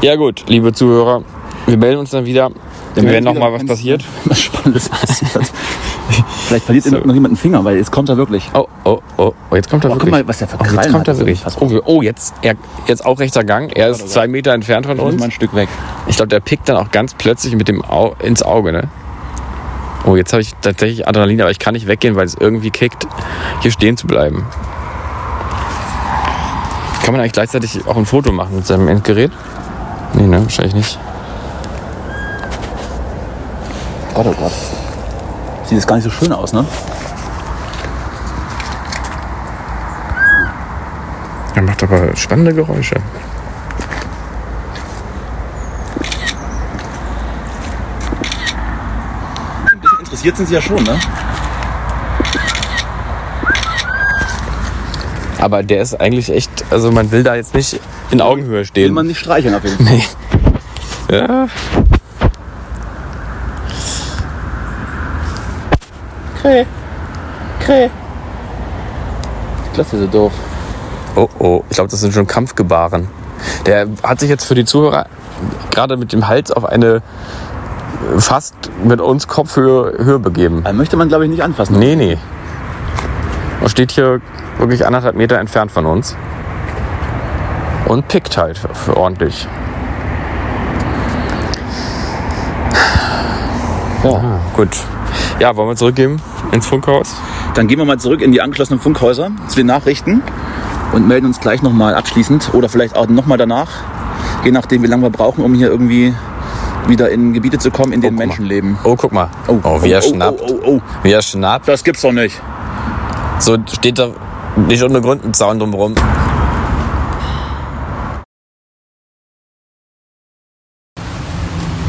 Speaker 2: Ja gut, liebe Zuhörer, wir melden uns dann wieder, wenn, wenn nochmal was passiert.
Speaker 1: Was Spannendes passiert. Vielleicht verliert noch jemand einen Finger, weil jetzt kommt er wirklich.
Speaker 2: Oh, oh, oh, oh, jetzt kommt er
Speaker 1: Oh, guck
Speaker 2: wirklich.
Speaker 1: mal, was der für
Speaker 2: oh, jetzt
Speaker 1: Krallen hat,
Speaker 2: kommt er
Speaker 1: das ist
Speaker 2: wirklich.
Speaker 1: fast-
Speaker 2: Oh, wir- oh, jetzt, er, jetzt auch rechter Gang. Er ist zwei Meter entfernt von
Speaker 1: Und
Speaker 2: uns.
Speaker 1: mal ein Stück weg.
Speaker 2: Ich glaube, der pickt dann auch ganz plötzlich mit dem Au ins Auge, ne? Oh, jetzt habe ich tatsächlich Adrenalin, aber ich kann nicht weggehen, weil es irgendwie kickt, hier stehen zu bleiben. Kann man eigentlich gleichzeitig auch ein Foto machen mit seinem Endgerät? Nee, ne? Wahrscheinlich nicht.
Speaker 1: Gott, oh Gott. Sieht jetzt gar nicht so schön aus, ne?
Speaker 2: Er macht aber spannende Geräusche.
Speaker 1: Ein bisschen interessiert sind sie ja schon, ne?
Speaker 2: Aber der ist eigentlich echt, also man will da jetzt nicht in Augenhöhe
Speaker 1: Will
Speaker 2: stehen.
Speaker 1: man nicht streicheln auf jeden Fall.
Speaker 2: Ja.
Speaker 1: Klasse, so doof.
Speaker 2: Oh oh, ich glaube, das sind schon Kampfgebaren. Der hat sich jetzt für die Zuhörer gerade mit dem Hals auf eine äh, fast mit uns Kopfhöhe Höhe begeben.
Speaker 1: Da Also möchte man, glaube ich, nicht anfassen.
Speaker 2: Nee, nee. Er steht hier wirklich anderthalb Meter entfernt von uns. Und pickt halt f- f- ordentlich.
Speaker 1: Ja.
Speaker 2: Gut. Ja, wollen wir zurückgeben ins Funkhaus?
Speaker 1: Dann gehen wir mal zurück in die angeschlossenen Funkhäuser zu den Nachrichten und melden uns gleich nochmal abschließend oder vielleicht auch nochmal danach, je nachdem, wie lange wir brauchen, um hier irgendwie wieder in Gebiete zu kommen, in denen
Speaker 2: guck mal.
Speaker 1: Menschen leben.
Speaker 2: Oh, guck mal. Oh, wie er schnappt.
Speaker 1: Oh, oh, oh,
Speaker 2: Wie er schnappt.
Speaker 1: das gibt's doch nicht.
Speaker 2: So steht da nicht ohne Grund ein Zaun drumherum.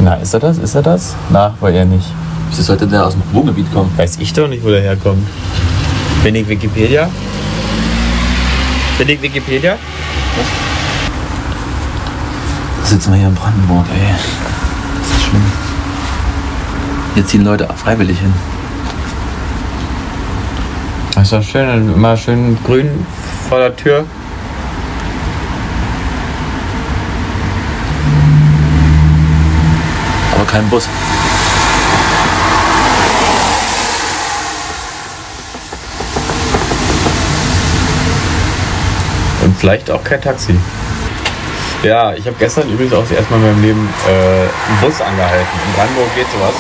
Speaker 2: Na, ist er das? Ist er das? Na, war er nicht.
Speaker 1: Wieso sollte der aus dem Wohngebiet kommen?
Speaker 2: Weiß ich doch nicht, wo der herkommt. Bin ich Wikipedia? Bin ich Wikipedia?
Speaker 1: Da sitzen wir hier in Brandenburg, ey. Das ist schlimm. Hier ziehen Leute freiwillig hin.
Speaker 2: Das ist doch schön, dann immer schön grün vor der Tür.
Speaker 1: Aber kein Bus.
Speaker 2: Und vielleicht auch kein Taxi. Ja, ich habe gestern übrigens auch das erste Mal in meinem Leben äh, einen Bus angehalten. In Brandenburg geht sowas.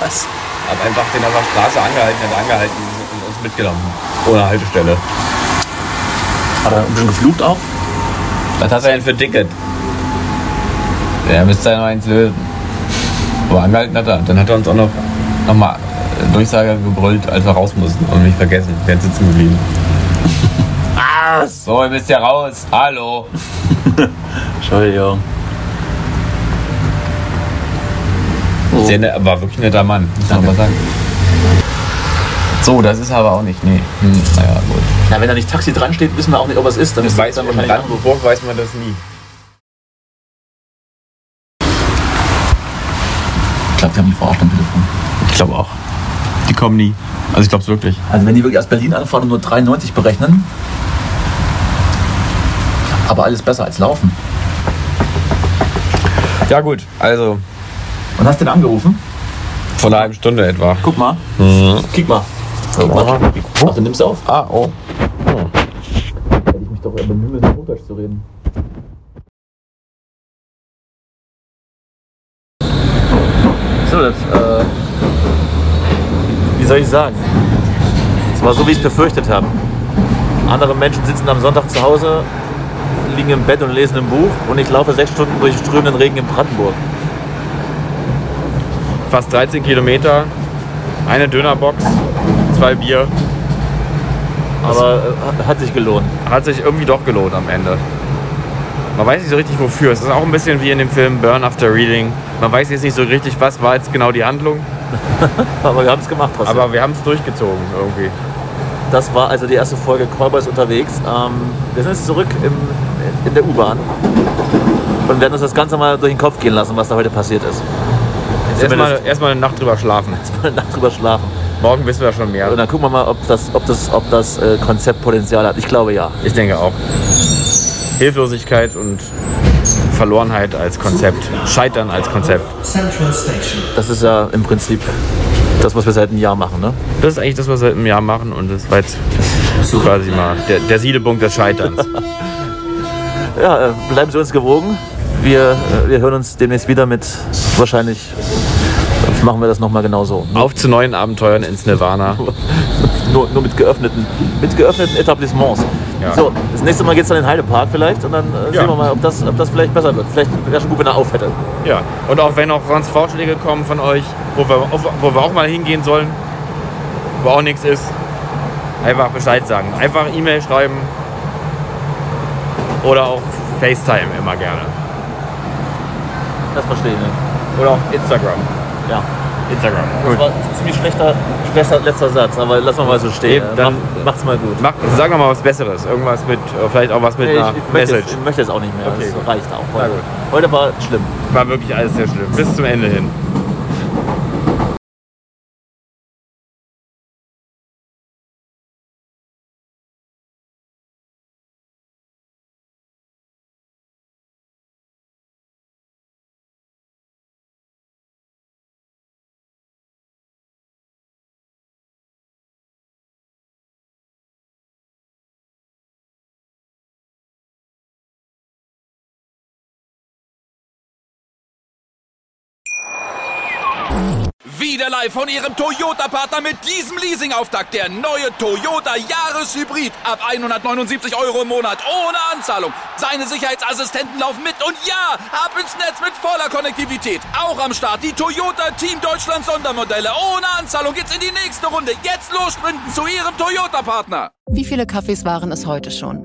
Speaker 1: Was?
Speaker 2: Hab einfach den auf der Straße angehalten, hat angehalten und uns mitgenommen. Ohne Haltestelle.
Speaker 1: Hat er schon geflucht auch?
Speaker 2: Was hast du denn für ein Ticket? Der müsste ja noch eins lösen. Aber angehalten hat er. Dann hat er uns auch noch nochmal Durchsage gebrüllt, als wir raus mussten. Und nicht vergessen, der ist sitzen geblieben. Was? So, ihr müsst ja raus. Hallo.
Speaker 1: Entschuldigung.
Speaker 2: Sehr ne- war wirklich ein netter Mann, muss man mal sagen. So, das ist er aber auch nicht. Nee. Hm, naja, gut.
Speaker 1: Na, wenn da nicht Taxi dran steht, wissen wir auch nicht, ob es ist. Dann
Speaker 2: Das
Speaker 1: ist
Speaker 2: weiß
Speaker 1: dann
Speaker 2: man in Brandenburg weiß man das nie.
Speaker 1: Ich glaube, wir haben die Frau auch schon am Telefon.
Speaker 2: Ich glaube auch. Die kommen nie. Also ich glaube es wirklich.
Speaker 1: Also wenn die wirklich aus Berlin anfahren und nur 93 berechnen, aber alles besser als laufen.
Speaker 2: Ja gut, also
Speaker 1: Und hast den angerufen?
Speaker 2: vor einer halben Stunde etwa.
Speaker 1: Guck mal.
Speaker 2: Mhm.
Speaker 1: Kick mal. Kick mal. Ach, du nimmst auf.
Speaker 2: Ah, oh.
Speaker 1: Hätte ich mich doch bemühen müssen, Hochdeutsch zu reden. So, das, äh, wie soll ich sagen? Es war so, wie ich es befürchtet habe. Andere Menschen sitzen am Sonntag zu Hause, liegen im Bett und lesen ein Buch und ich laufe sechs Stunden durch strömenden Regen in Brandenburg.
Speaker 2: Fast 13 Kilometer, eine Dönerbox, zwei Bier.
Speaker 1: Aber äh, hat sich gelohnt.
Speaker 2: Hat sich irgendwie doch gelohnt am Ende. Man weiß nicht so richtig wofür. Es ist auch ein bisschen wie in dem Film Burn After Reading. Man weiß jetzt nicht so richtig, was war jetzt genau die Handlung.
Speaker 1: Aber wir haben es gemacht trotzdem.
Speaker 2: Aber wir haben es durchgezogen irgendwie.
Speaker 1: Das war also die erste Folge Callboys unterwegs. Ähm, wir sind jetzt zurück im, in der U-Bahn und werden uns das Ganze mal durch den Kopf gehen lassen, was da heute passiert ist.
Speaker 2: Also Erstmal erst mal eine Nacht drüber schlafen.
Speaker 1: Erstmal eine Nacht drüber schlafen.
Speaker 2: Morgen wissen wir schon mehr.
Speaker 1: Und dann gucken wir mal, ob das, ob das, ob das äh, Konzept Potenzial hat. Ich glaube ja.
Speaker 2: Ich denke auch. Hilflosigkeit und Verlorenheit als Konzept. Scheitern als Konzept.
Speaker 1: Das ist ja im Prinzip das, was wir seit einem Jahr machen. Ne?
Speaker 2: Das ist eigentlich das, was wir im Jahr machen und das war jetzt quasi mal der, der Siedepunkt des Scheiterns.
Speaker 1: Ja, äh, bleiben Sie uns gewogen. Wir, äh, wir hören uns demnächst wieder mit. Wahrscheinlich machen wir das nochmal genau so.
Speaker 2: Auf zu neuen Abenteuern ins Nirvana.
Speaker 1: Nur, nur mit geöffneten, mit geöffneten Etablissements.
Speaker 2: Ja.
Speaker 1: So, das nächste Mal geht es dann in den Heidepark vielleicht und dann äh,
Speaker 2: Ja.
Speaker 1: sehen wir mal, ob das, ob das vielleicht besser wird. Vielleicht wäre schon gut, wenn er auf hätte.
Speaker 2: Ja. Und auch wenn auch sonst Vorschläge kommen von euch, wo wir, wo wir auch mal hingehen sollen, wo auch nichts ist, einfach Bescheid sagen. Einfach E-Mail schreiben oder auch FaceTime immer gerne.
Speaker 1: Das verstehe ich nicht.
Speaker 2: Oder auch Instagram.
Speaker 1: Ja.
Speaker 2: Instagram.
Speaker 1: Das war ein ziemlich schlechter, schlechter halt letzter Satz, aber lassen wir mal so stehen.
Speaker 2: Nee,
Speaker 1: Äh,
Speaker 2: dann-
Speaker 1: Mach, macht's mal gut.
Speaker 2: Mach, sag noch mal was Besseres. Irgendwas mit, äh, vielleicht auch was mit
Speaker 1: Nee, ich,
Speaker 2: einer
Speaker 1: ich, möchte
Speaker 2: Message.
Speaker 1: jetzt, ich möchte jetzt auch nicht mehr.
Speaker 2: Okay, gut.
Speaker 1: das reicht auch.
Speaker 2: Na
Speaker 1: Heute,
Speaker 2: gut.
Speaker 1: heute war schlimm.
Speaker 2: War wirklich alles sehr schlimm. Bis zum Ende hin.
Speaker 9: Wieder live von Ihrem Toyota-Partner mit diesem Leasing-Auftakt. Der neue Toyota Jahreshybrid. Ab 179 Euro im Monat. Ohne Anzahlung. Seine Sicherheitsassistenten laufen mit. Und ja, ab ins Netz mit voller Konnektivität. Auch am Start die Toyota Team Deutschland Sondermodelle. Ohne Anzahlung geht's in die nächste Runde. Jetzt los sprinten zu Ihrem Toyota-Partner.
Speaker 10: Wie viele Kaffees waren es heute schon?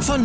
Speaker 11: Von